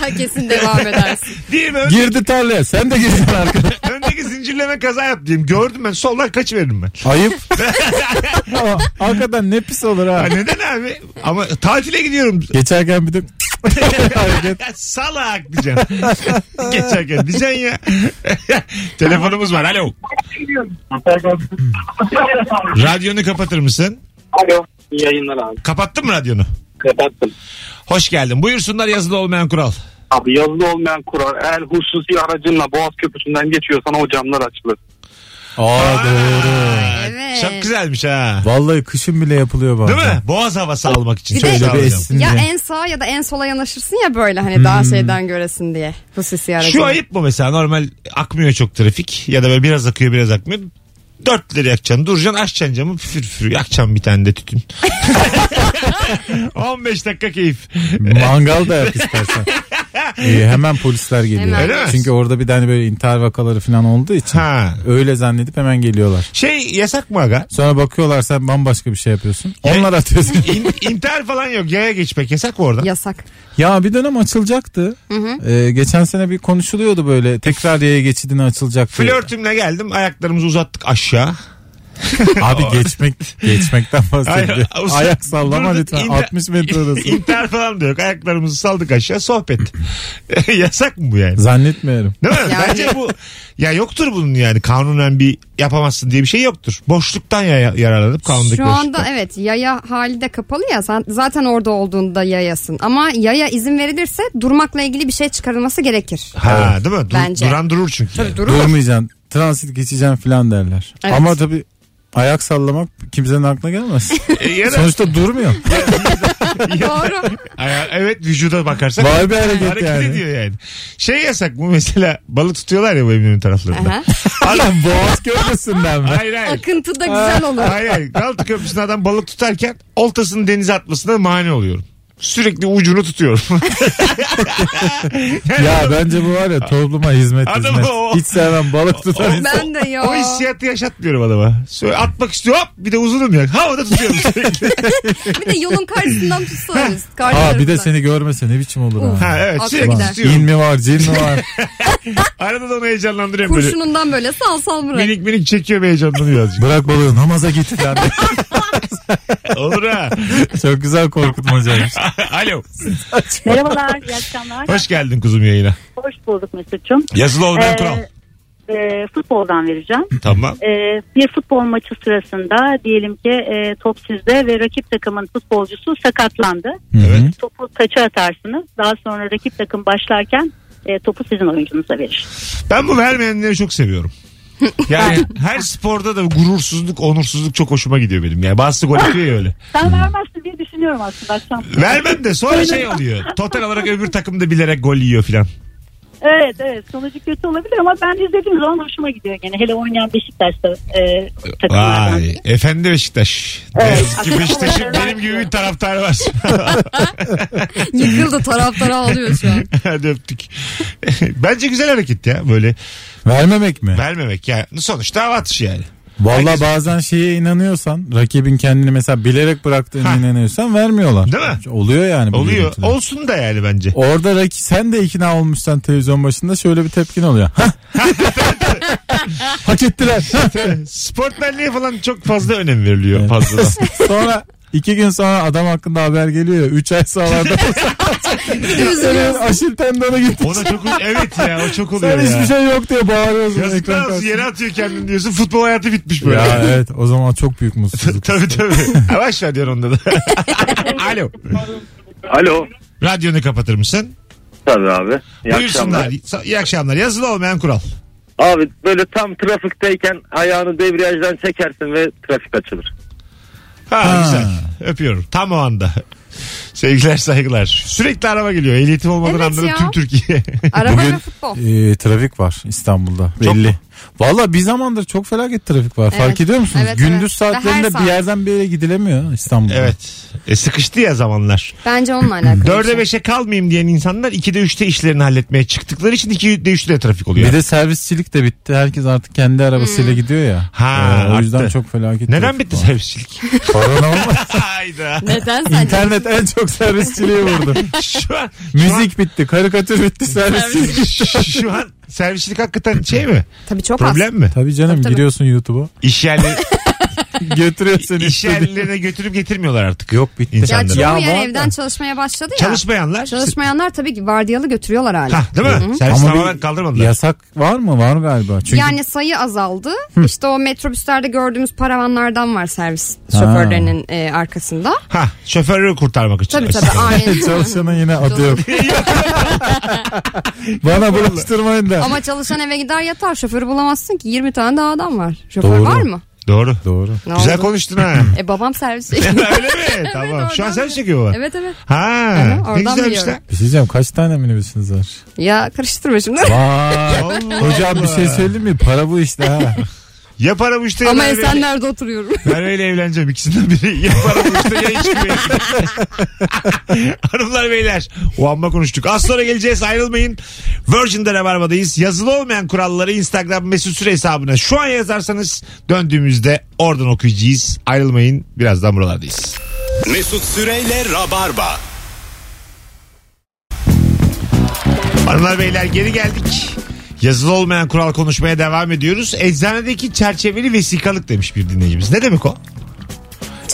Speaker 3: Sen kesin devam edersin.
Speaker 2: Diyelim ön-
Speaker 4: Girdi tarlaya sen de gireceksin arkada.
Speaker 2: öndeki zincirleme kaza yaptı diyelim. Gördüm ben soldan kaçıveririm ben.
Speaker 4: Ayıp. Ama arkadan ne pis olur ha.
Speaker 2: Ha, neden abi? Ama tatile gidiyorum.
Speaker 4: Geçerken bir de hareket.
Speaker 2: Salak diyeceksin. Geçerken diyeceksin ya. Telefonumuz var. Alo. Radyonu kapatır mısın?
Speaker 5: Alo. İyi yayınlar abi.
Speaker 2: Kapattın mı radyonu?
Speaker 5: Kapattım.
Speaker 2: Hoş geldin. Buyursunlar yazılı olmayan kural.
Speaker 5: Abi yazılı olmayan kural eğer hususi aracınla Boğaz Köprüsü'nden geçiyorsan o camlar açılır.
Speaker 4: Aa doğru.
Speaker 3: Evet.
Speaker 2: Çok güzelmiş ha.
Speaker 4: Vallahi kışın bile yapılıyor bazen.
Speaker 2: Değil mi? Boğaz havası almak için.
Speaker 3: Bir de-
Speaker 2: Şöyle
Speaker 4: Şöyle bir
Speaker 2: alacağım.
Speaker 4: essin
Speaker 3: Ya
Speaker 4: diye.
Speaker 3: en sağa ya da en sola yanaşırsın ya böyle hani
Speaker 4: Hmm.
Speaker 3: daha şeyden göresin diye. Hususi aracı.
Speaker 2: Şu ayıp mı mesela normal akmıyor çok trafik ya da böyle biraz akıyor biraz akmıyor. Dörtleri yakacaksın duracaksın açacaksın camı fır fır yakacaksın bir tane de tütün. 15 dakika keyif.
Speaker 4: Mangal da yap istersen. Ee, hemen polisler geliyor.
Speaker 3: Hemen.
Speaker 2: Öyle mi?
Speaker 4: Çünkü orada bir tane böyle intihar vakaları falan olduğu için
Speaker 2: Ha.
Speaker 4: öyle zannedip hemen geliyorlar.
Speaker 2: Şey yasak mı aga?
Speaker 4: Sonra bakıyorlar sen bambaşka bir şey yapıyorsun.
Speaker 2: Ya-
Speaker 4: Onlar atıyorsun.
Speaker 2: İn, intihar falan yok yaya geçmek yasak mı orada?
Speaker 3: Yasak.
Speaker 4: ya bir dönem açılacaktı. Ee, geçen sene bir konuşuluyordu böyle tekrar yaya geçidine açılacaktı.
Speaker 2: Flörtümle geldim ayaklarımızı uzattık aşağı.
Speaker 4: Abi geçmek geçmekten bahsediyor.
Speaker 2: Hayır, uzat-
Speaker 4: Ayak sallama
Speaker 2: Dur,
Speaker 4: lütfen
Speaker 2: inter-
Speaker 4: 60 metre orası.
Speaker 2: İntihar falan da yok ayaklarımızı saldık aşağı sohbet. yasak mı bu yani?
Speaker 4: Zannetmiyorum.
Speaker 2: Değil mi?
Speaker 3: Yani-
Speaker 2: Bence bu ya yoktur bunun yani kanunen bir yapamazsın diye bir şey yoktur. Boşluktan ya, yararlanıp kanundaki
Speaker 3: Şu
Speaker 2: boşluktan.
Speaker 3: anda evet yaya hali de kapalı ya sen- zaten orada olduğunda yayasın. Ama yaya izin verilirse durmakla ilgili bir şey çıkarılması gerekir.
Speaker 2: Ha değil mi? Dur-
Speaker 3: Bence.
Speaker 2: Duran durur çünkü. yani.
Speaker 3: Durur.
Speaker 4: Durmayacaksın. Transit geçeceğim falan derler.
Speaker 3: Evet.
Speaker 4: Ama tabii ayak sallamak kimsenin aklına gelmez.
Speaker 2: E, ya da-
Speaker 4: Sonuçta durmuyor.
Speaker 3: Doğru.
Speaker 2: Aya- evet vücuda bakarsak
Speaker 4: Var bir hareket
Speaker 2: hareket
Speaker 4: yani.
Speaker 2: ediyor yani. Şey yasak bu mesela balık tutuyorlar ya bu evinin taraflarında.
Speaker 3: Aha.
Speaker 4: Adam boğaz köprüsünden mi?
Speaker 2: hayır hayır.
Speaker 3: Akıntı da güzel olur.
Speaker 2: hayır hayır. Galata Köprüsü'nde adam balık tutarken oltasını denize atmasına mani oluyorum. sürekli ucunu tutuyorum.
Speaker 4: Ya bence bu var ya topluma hizmet
Speaker 2: Adamı
Speaker 4: hizmet.
Speaker 2: o-
Speaker 4: Hiç sevmem balık tutar insan.
Speaker 3: Ben de ya.
Speaker 2: o hissiyatı yaşatmıyorum adama. Söyle, atmak istiyor hop bir de uzunum ya. Havada tutuyorum sürekli.
Speaker 3: Bir de yolun karşısından tutsanız. karşı
Speaker 4: Aa bir de
Speaker 3: tarafından.
Speaker 4: seni görmese ne biçim olur
Speaker 3: Uf.
Speaker 2: ha,
Speaker 4: ha.
Speaker 2: evet
Speaker 3: Aklıma.
Speaker 2: sürekli
Speaker 4: Ulan,
Speaker 2: tutuyorum.
Speaker 4: in mi var cin mi var?
Speaker 2: Arada da onu heyecanlandırıyorum böyle.
Speaker 3: Kurşunundan böyle sal sal bırak.
Speaker 2: Minik minik çekiyor ve heyecanlanıyor azıcık.
Speaker 4: Bırak balığı namaza git falan.
Speaker 2: Olur ha.
Speaker 4: Çok güzel korkutmacaymış.
Speaker 2: Alo.
Speaker 9: Merhabalar, iyi akşamlar.
Speaker 2: Hoş geldin kuzum yayına.
Speaker 9: Hoş bulduk Mesut'cum.
Speaker 2: Yazılı olmayan kural.
Speaker 9: Ee, e, futboldan vereceğim.
Speaker 2: Tamam.
Speaker 9: E, bir futbol maçı sırasında diyelim ki e, top sizde ve rakip takımın futbolcusu sakatlandı.
Speaker 2: Evet.
Speaker 9: Topu taça atarsınız. Daha sonra rakip takım başlarken e, topu sizin oyuncunuza verir.
Speaker 2: Ben bu vermeyenleri çok seviyorum. Yani her sporda da gurursuzluk, onursuzluk çok hoşuma gidiyor benim. Yani bazısı gol atıyor ya öyle.
Speaker 9: Ben vermezsin diye düşünüyorum aslında akşam.
Speaker 2: Vermem de sonra şey oluyor. Total olarak öbür takım da bilerek gol yiyor filan.
Speaker 9: Evet evet sonucu kötü olabilir ama ben izlediğim zaman hoşuma gidiyor gene. Hele oynayan Beşiktaş'ta e, takımlardan.
Speaker 2: Vay. Efendi Beşiktaş.
Speaker 9: Evet.
Speaker 2: Ne yazık ki Beşiktaş'ın benim gibi bir taraftarı var.
Speaker 3: Yıkıldı taraftara ağlıyor şu an.
Speaker 2: Hadi öptük. Bence güzel hareket ya böyle
Speaker 4: Vermemek mi?
Speaker 2: vermemek ya. Sonuçta hava atışı yani.
Speaker 4: Valla bazen şeye inanıyorsan rakibin kendini mesela bilerek bıraktığına
Speaker 2: Ha.
Speaker 4: inanıyorsan vermiyorlar.
Speaker 2: Değil mi?
Speaker 4: Oluyor yani. bu
Speaker 2: Oluyor.
Speaker 4: görüntüler.
Speaker 2: Olsun da yani bence.
Speaker 4: Orada rakip sen de ikna olmuşsan televizyon başında şöyle bir tepkin oluyor. Hah. Hak ettiler. Hah.
Speaker 2: Sportmenliğe falan çok fazla önem veriliyor fazladan.
Speaker 4: sonra iki gün sonra adam hakkında haber geliyor. ya, Üç ay sahalarda Senin aşil tendonu gitti.
Speaker 2: O da çok evet ya o çok oluyor ya.
Speaker 4: Sen hiçbir şey yok diye bağırıyorsun. ekran
Speaker 2: Yazıklar olsun
Speaker 4: karşısında.
Speaker 2: yere atıyor kendini diyorsun. Futbol hayatı bitmiş böyle.
Speaker 4: Ya evet o zaman çok büyük mutsuzluk.
Speaker 2: tabii tabii. Ha, Baş ver diyor onda da. Alo.
Speaker 5: Alo.
Speaker 2: Radyonu kapatır mısın?
Speaker 5: Tabii abi. İyi
Speaker 2: Buyursunlar.
Speaker 5: akşamlar.
Speaker 2: Sa- İyi akşamlar. Yazılı olmayan kural.
Speaker 5: Abi böyle tam trafikteyken ayağını debriyajdan çekersin ve trafik açılır.
Speaker 2: Ha,
Speaker 4: Ha.
Speaker 2: güzel. Öpüyorum. Tam o anda. Sevgiler saygılar. Sürekli araba geliyor. Ehliyetim olmadan
Speaker 3: Evet
Speaker 2: anladım
Speaker 3: ya.
Speaker 2: tüm Türkiye.
Speaker 3: Araba
Speaker 4: Bugün
Speaker 3: ve futbol.
Speaker 4: e, trafik var İstanbul'da
Speaker 2: Çok
Speaker 4: belli. Valla bir zamandır çok felaket trafik var.
Speaker 3: Evet.
Speaker 4: Fark ediyor musunuz?
Speaker 3: Evet,
Speaker 4: Gündüz
Speaker 3: evet. Ve her
Speaker 4: saatlerinde
Speaker 3: saat.
Speaker 4: bir yerden bir yere gidilemiyor İstanbul'da.
Speaker 2: evet. E, sıkıştı ya zamanlar.
Speaker 3: Bence onunla alakalı. bir şey.
Speaker 2: Dörde beşe kalmayayım diyen insanlar 2'de 3'te işlerini halletmeye çıktıkları için 2'de 3'te de trafik oluyor.
Speaker 4: Bir de servisçilik de bitti. Herkes artık kendi arabasıyla
Speaker 3: Hmm.
Speaker 4: gidiyor ya.
Speaker 2: Ha,
Speaker 4: Ee, o yüzden
Speaker 2: arttı.
Speaker 4: çok felaket.
Speaker 2: Neden
Speaker 4: trafik
Speaker 2: bitti
Speaker 4: var.
Speaker 2: servisçilik?
Speaker 4: Korona olmaz.
Speaker 2: Hayda.
Speaker 3: Neden sence?
Speaker 4: İnternet en çok servisçiliği vurdu.
Speaker 2: Şu an, şu an-
Speaker 4: Müzik bitti, karikatür bitti, servisçilik.
Speaker 2: şu an servisçilik hakikaten şey mi?
Speaker 3: Tabii çok az.
Speaker 2: Problem mi?
Speaker 4: Tabii canım
Speaker 3: Tabii, tabii.
Speaker 4: giriyorsun YouTube'a.
Speaker 2: İş, yerleri,
Speaker 4: Götürüyor seni.
Speaker 2: iş yerlerine götürüp getirmiyorlar artık.
Speaker 4: Yok bitti.
Speaker 2: İnsanları.
Speaker 3: Ya çoğu
Speaker 4: Ya bu
Speaker 3: yer
Speaker 4: arada-
Speaker 3: evden çalışmaya başladı ya.
Speaker 2: Çalışmayanlar.
Speaker 3: Çalışmayanlar tabii ki vardiyalı götürüyorlar hala.
Speaker 2: Ha, değil mi? Servis
Speaker 4: Ama bir-
Speaker 2: tamamen kaldırmadılar.
Speaker 4: Yasak var mı? Var galiba. Çünkü
Speaker 3: Yani sayı azaldı. İşte o metrobüslerde gördüğümüz paravanlardan var servis şoförlerinin e, arkasında.
Speaker 2: Ha, şoförü kurtarmak için.
Speaker 3: Tabii tabii aynen.
Speaker 4: çalışanın yine adı yok. Bana bulaştırmayın da.
Speaker 3: Ama çalışan eve gider yatar şoförü bulamazsın ki 20 tane daha adam var. Şoför
Speaker 4: Doğru.
Speaker 3: var mı?
Speaker 2: Doğru.
Speaker 4: Doğru.
Speaker 3: Ne
Speaker 2: Güzel
Speaker 3: oldu?
Speaker 2: konuştun ha.
Speaker 3: E babam servis.
Speaker 2: Öyle mi? Tamam. Şu an
Speaker 3: oradan
Speaker 2: servis
Speaker 3: bile.
Speaker 2: çekiyor baba.
Speaker 3: evet evet.
Speaker 2: Ha,
Speaker 3: Aha,
Speaker 2: ne
Speaker 3: oradan
Speaker 2: güzelmiş
Speaker 3: biliyorum.
Speaker 2: lan.
Speaker 4: Bir şey diyeceğim kaç tane minibüsünüz var?
Speaker 3: Ya karıştırma şimdi.
Speaker 4: Vay.
Speaker 2: Allah
Speaker 4: Hocam bir
Speaker 2: Allah.
Speaker 4: şey söyleyeyim mi? Para bu işte ha.
Speaker 2: Ya para bu işte ya
Speaker 3: Ama
Speaker 2: ben öyle-
Speaker 3: Esenler'de oturuyorum.
Speaker 2: Ben öyle evleneceğim ikisinden biri. Ya para bu işte ya hiçbir evlilik. Hanımlar beyler o amma konuştuk. Az sonra geleceğiz ayrılmayın. Virgin'de Rabarba'dayız. Yazılı olmayan kuralları Instagram mesut süre hesabına şu an yazarsanız döndüğümüzde oradan okuyacağız. Ayrılmayın birazdan buralardayız.
Speaker 1: Mesut Süreyle Rabarba.
Speaker 2: Hanımlar beyler geri geldik. Yazılı olmayan kural konuşmaya devam ediyoruz. Eczanedeki çerçeveli vesikalık demiş bir dinleyicimiz. Ne demek o?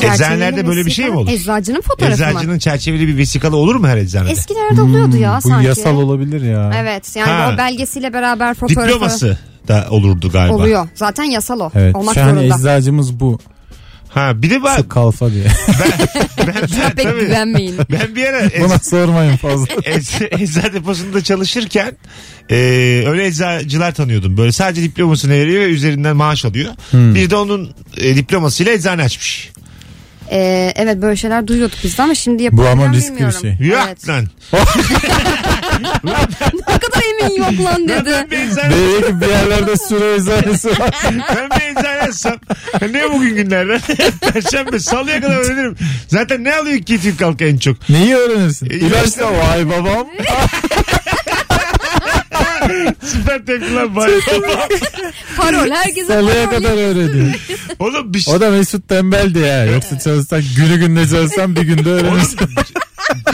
Speaker 2: Eczanelerde böyle bir şey mi olur?
Speaker 3: Eczacının fotoğrafı mı?
Speaker 2: Eczacının çerçeveli bir vesikalı olur mu her eczanede?
Speaker 3: Eskilerde oluyordu ya
Speaker 4: Hmm, bu
Speaker 3: sanki.
Speaker 4: yasal olabilir ya.
Speaker 3: Evet yani
Speaker 2: Ha.
Speaker 3: o belgesiyle beraber fotoğrafı
Speaker 2: Diploması da olurdu galiba.
Speaker 3: oluyor. Zaten yasal o.
Speaker 4: Evet.
Speaker 3: Olmak
Speaker 4: Şu an
Speaker 3: zorunda.
Speaker 4: eczacımız bu.
Speaker 2: Ha bir de ben,
Speaker 4: Sık kalfa diye.
Speaker 2: ben, ben,
Speaker 3: Pek
Speaker 2: tabii.
Speaker 3: güvenmeyin.
Speaker 2: ben bir ara
Speaker 4: Buna sormayın fazla.
Speaker 2: ecz- eczacı deposunda çalışırken e, öyle eczacılar tanıyordum. Böyle sadece diplomasını veriyor ve üzerinden maaş alıyor.
Speaker 3: Hmm.
Speaker 2: Bir de onun e, diplomasıyla eczane açmış.
Speaker 3: Ee, evet böyle şeyler duyuyorduk biz de ama şimdi
Speaker 4: Bu
Speaker 3: yapılacağını
Speaker 4: ama riskli bir
Speaker 3: bilmiyorum.
Speaker 4: şey.
Speaker 2: Ya
Speaker 3: Evet.
Speaker 2: lan.
Speaker 3: Ne kadar emin yok lan dedi.
Speaker 2: Ben bir eczane-
Speaker 4: Belki bir yerlerde süre eczanesi var.
Speaker 2: ben bir tane alsam. Ne bugün günlerden? Perşembe salıya kadar öğrenirim. Zaten ne alıyor ki Etin Kalk en çok?
Speaker 4: Neyi öğrenirsin?
Speaker 2: E,
Speaker 4: İlaçla vay babam.
Speaker 2: Süper tepkiler var.
Speaker 3: Parol herkese
Speaker 4: Salıya
Speaker 3: parol.
Speaker 4: kadar öğreniyor.
Speaker 2: Oğlum bir şey.
Speaker 4: O da Mesut tembeldi ya. Yoksa çalışsan günü günde çalışsan bir günde öğrenirsin.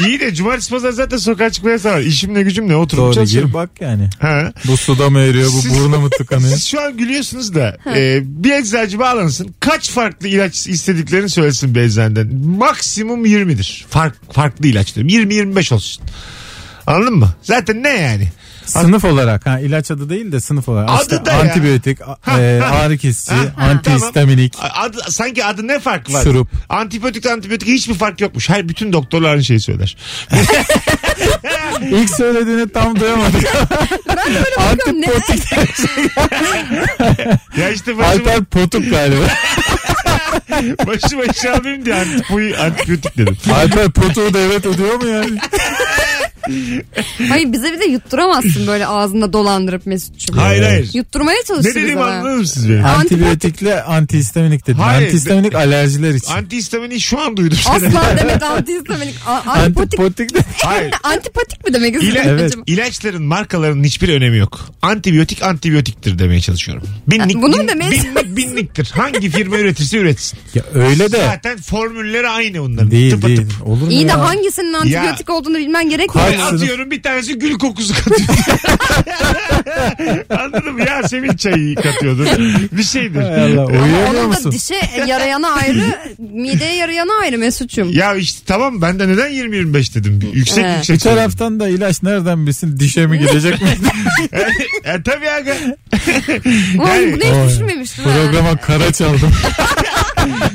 Speaker 2: İyi de cumartesi pazar zaten sokağa çıkma yasağı var. İşimle gücümle oturup
Speaker 4: Doğru
Speaker 2: çalışıyorum.
Speaker 4: gir bak yani.
Speaker 2: Ha.
Speaker 4: Bu suda mı eriyor bu
Speaker 2: Siz-
Speaker 4: burnu mu tıkanıyor?
Speaker 2: Siz şu an gülüyorsunuz da e, bir eczacı bağlansın. Kaç farklı ilaç istediklerini söylesin bir eczaneden. Maksimum 20'dir. Fark, farklı ilaç diyorum. 20-25 olsun. Anladın mı? Zaten ne yani?
Speaker 4: Sınıf olarak ha ilaç adı değil de sınıf olarak.
Speaker 2: Adı
Speaker 4: Aslında
Speaker 2: da ya.
Speaker 4: antibiyotik,
Speaker 2: Ha,
Speaker 4: a- e,
Speaker 2: ha.
Speaker 4: ağrı kesici,
Speaker 2: Ha, ha.
Speaker 4: antihistaminik.
Speaker 2: A- Adı, sanki adı ne fark var?
Speaker 4: Şurup.
Speaker 2: Antibiyotik antibiyotik hiçbir fark yokmuş. Her bütün doktorlar aynı şeyi söyler.
Speaker 4: İlk söylediğini tam duyamadık. Antipotik,
Speaker 2: ya işte başıma,
Speaker 4: alter potuk galiba.
Speaker 2: başıma iş almayayım diye antibiyotik, antibiyotik dedim.
Speaker 4: alper potuğu devlet ödüyor mu yani?
Speaker 3: Hayır bize bir de yutturamazsın böyle ağzında dolandırıp Mesut'cum.
Speaker 2: Hayır hayır.
Speaker 3: Yutturmaya
Speaker 2: Ne
Speaker 3: çalıştı bize.
Speaker 2: dediğimi
Speaker 3: bayağı.
Speaker 2: anladınız mı siz benim?
Speaker 4: Antibiyotikle antihistaminik dedim.
Speaker 2: Hayır,
Speaker 4: antihistaminik alerjiler için.
Speaker 2: Antihistamini şu an duydum.
Speaker 3: Asla demek antihistamin. Antipatik,
Speaker 4: Antipotik de
Speaker 2: Hayır.
Speaker 3: antipatik mi demek istedin
Speaker 2: İla-
Speaker 4: Evet.
Speaker 3: acaba?
Speaker 2: İlaçların markalarının hiçbir önemi yok. Antibiyotik antibiyotiktir demeye çalışıyorum. Binlik,
Speaker 3: Ha, bunu mu
Speaker 2: bin-
Speaker 3: demeye
Speaker 2: bin-
Speaker 3: çalışıyorsun?
Speaker 2: binliktir. Hangi firma üretirse üretsin.
Speaker 4: Ya öyle de
Speaker 2: Zaten formülleri aynı onların.
Speaker 4: değil
Speaker 2: Tıpa
Speaker 4: değil.
Speaker 2: tıp.
Speaker 4: Olur mu
Speaker 3: İyi de
Speaker 4: ya?
Speaker 3: hangisinin antibiyotik olduğunu bilmen gerekmiyor.
Speaker 2: Ben
Speaker 4: Kaç-
Speaker 3: mu?
Speaker 2: atıyorum bir tanesi gül kokusu katıyor. Anladım ya Sevil çayı katıyordur. Bir şeydir. Ee,
Speaker 4: Hay Allah,
Speaker 3: Ama
Speaker 4: uyuyamıyor
Speaker 3: onun da
Speaker 4: musun?
Speaker 3: dişe yarayana ayrı, mideye yarayana ayrı Mesut'cum.
Speaker 2: Ya işte tamam ben de neden 20-25 dedim. Yüksek
Speaker 3: He.
Speaker 4: Bir
Speaker 2: yüksek. söyledim.
Speaker 4: taraftan da ilaç nereden bilsin dişe mi gidecek mi?
Speaker 2: E, tabii aga.
Speaker 3: Ulan
Speaker 2: Yani-
Speaker 3: bunu hiç düşünmemiştim. ha.
Speaker 4: Programa kara çaldım.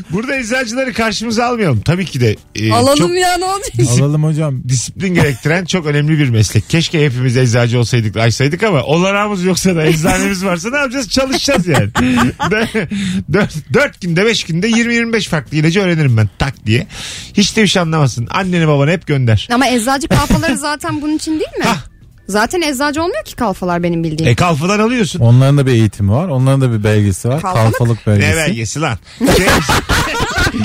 Speaker 2: Burada eczacıları karşımıza almayalım. Tabii ki de e,
Speaker 3: Alalım
Speaker 2: çok
Speaker 3: ya ne olacak?
Speaker 4: Alalım hocam.
Speaker 2: disiplin gerektiren çok önemli bir meslek. Keşke hepimiz eczacı olsaydık, açsaydık ama olanağımız yoksa da eczanemiz varsa ne yapacağız? Çalışacağız yani. 4, günde 5 günde 20-25 farklı ilacı öğrenirim ben tak diye. Hiç de bir şey anlamazsın. Anneni babanı hep gönder.
Speaker 3: Ama eczacı kalfaları zaten bunun için değil mi?
Speaker 2: Hah.
Speaker 3: Zaten eczacı olmuyor ki kalfalar benim bildiğim.
Speaker 2: E kalfadan alıyorsun.
Speaker 4: Onların da bir eğitimi var. Onların da bir belgesi var.
Speaker 3: Kalfalık.
Speaker 4: Kalfalık,
Speaker 2: Ne
Speaker 4: belgesi.
Speaker 2: belgesi lan? Şey-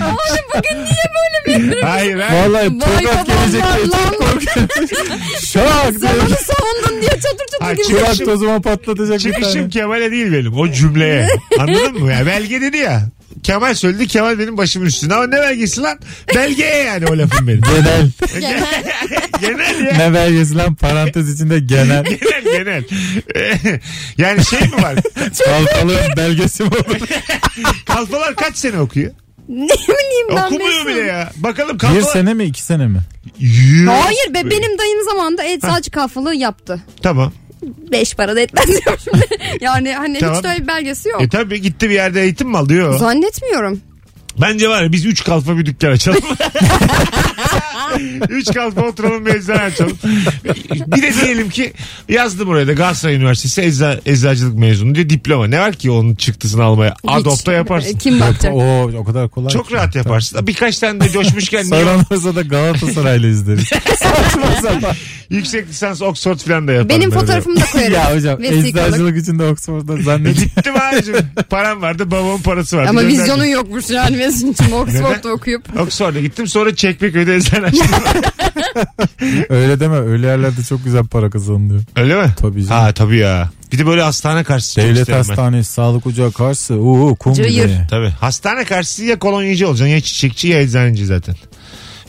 Speaker 3: Oğlum bugün niye böyle bir
Speaker 2: hayır hayır.
Speaker 4: Vallahi
Speaker 3: Vay
Speaker 4: tokat
Speaker 3: babamlar
Speaker 4: gelecek diye çok
Speaker 3: lan.
Speaker 4: korkuyorum. Şak
Speaker 3: Sen onu
Speaker 4: diye.
Speaker 3: savundun diye çatır çatır
Speaker 2: Ay,
Speaker 3: girdi.
Speaker 4: Kulak tozuma patlatacak bir
Speaker 2: Çıkışım
Speaker 4: tane.
Speaker 2: Kemal'e değil benim. O cümleye. Anladın mı? Ya belge dedi ya. Kemal söyledi Kemal benim başımın üstünde ama ne belgesi lan? Belgeye yani o lafım benim.
Speaker 4: Genel.
Speaker 2: Genel ya.
Speaker 4: ne belgesi lan parantez içinde genel.
Speaker 2: genel genel. Ee, yani şey mi var?
Speaker 4: Kalfalığın belgesi mi olur?
Speaker 2: Kalfalar kaç sene okuyor?
Speaker 3: Ne bileyim ben
Speaker 2: Okumuyor
Speaker 3: Mesut.
Speaker 2: bile ya. Bakalım
Speaker 4: bir
Speaker 2: kalfalar.
Speaker 4: sene mi iki sene mi?
Speaker 2: Yürü.
Speaker 3: Hayır be benim dayım zamanında eczacı kalfalığı yaptı.
Speaker 2: Tamam.
Speaker 3: Beş para da etmez diyorum şimdi. Yani hani
Speaker 2: Tamam.
Speaker 3: hiç de öyle bir belgesi yok.
Speaker 2: E tabii gitti bir yerde eğitim mi aldı? Yok.
Speaker 3: Zannetmiyorum.
Speaker 2: Bence var ya biz üç kalfa bir dükkan açalım. üç kalfa oturalım bir eczane açalım. Bir de diyelim ki yazdım oraya da Galatasaray Üniversitesi ecza- eczacılık mezunu diye diploma. Ne var ki onun çıktısını almaya?
Speaker 3: Hiç.
Speaker 2: Adopta yaparsın.
Speaker 3: Kim bakacak?
Speaker 4: O o kadar kolay.
Speaker 2: Çok
Speaker 4: ki.
Speaker 2: rahat yaparsın. Birkaç tane de coşmuşken niye
Speaker 4: Soran olursa da Galatasaray'la izleriz. Saçma sapan.
Speaker 2: yüksek lisans Oxford falan da yaparım.
Speaker 3: Benim
Speaker 2: Böyle.
Speaker 3: fotoğrafımı da koyarım.
Speaker 4: ya hocam
Speaker 3: Vesikalık.
Speaker 4: eczacılık için de Oxford'da
Speaker 2: E
Speaker 4: zannedip
Speaker 2: gittim abicim. Param vardı babamın parası vardı.
Speaker 3: Ama
Speaker 2: Gönderdim.
Speaker 3: vizyonun yokmuş yani Mesut'cum Oxford'da
Speaker 2: Neden?
Speaker 3: okuyup.
Speaker 2: Oxford'a gittim sonra Çekmeköy'de eczane açtım.
Speaker 4: öyle deme öyle yerlerde çok güzel para kazanılıyor.
Speaker 2: Öyle mi?
Speaker 4: Tabii canım.
Speaker 2: Ha tabii ya. Bir de böyle hastane karşısı. çok
Speaker 4: Devlet
Speaker 2: isterim ben.
Speaker 4: hastanesi, sağlık ocağı karşısı. Uuu kum
Speaker 3: Cayır.
Speaker 4: gibi.
Speaker 2: Tabii. Hastane karşısı ya kolonyacı olacaksın ya çiçekçi ya eczaneci zaten.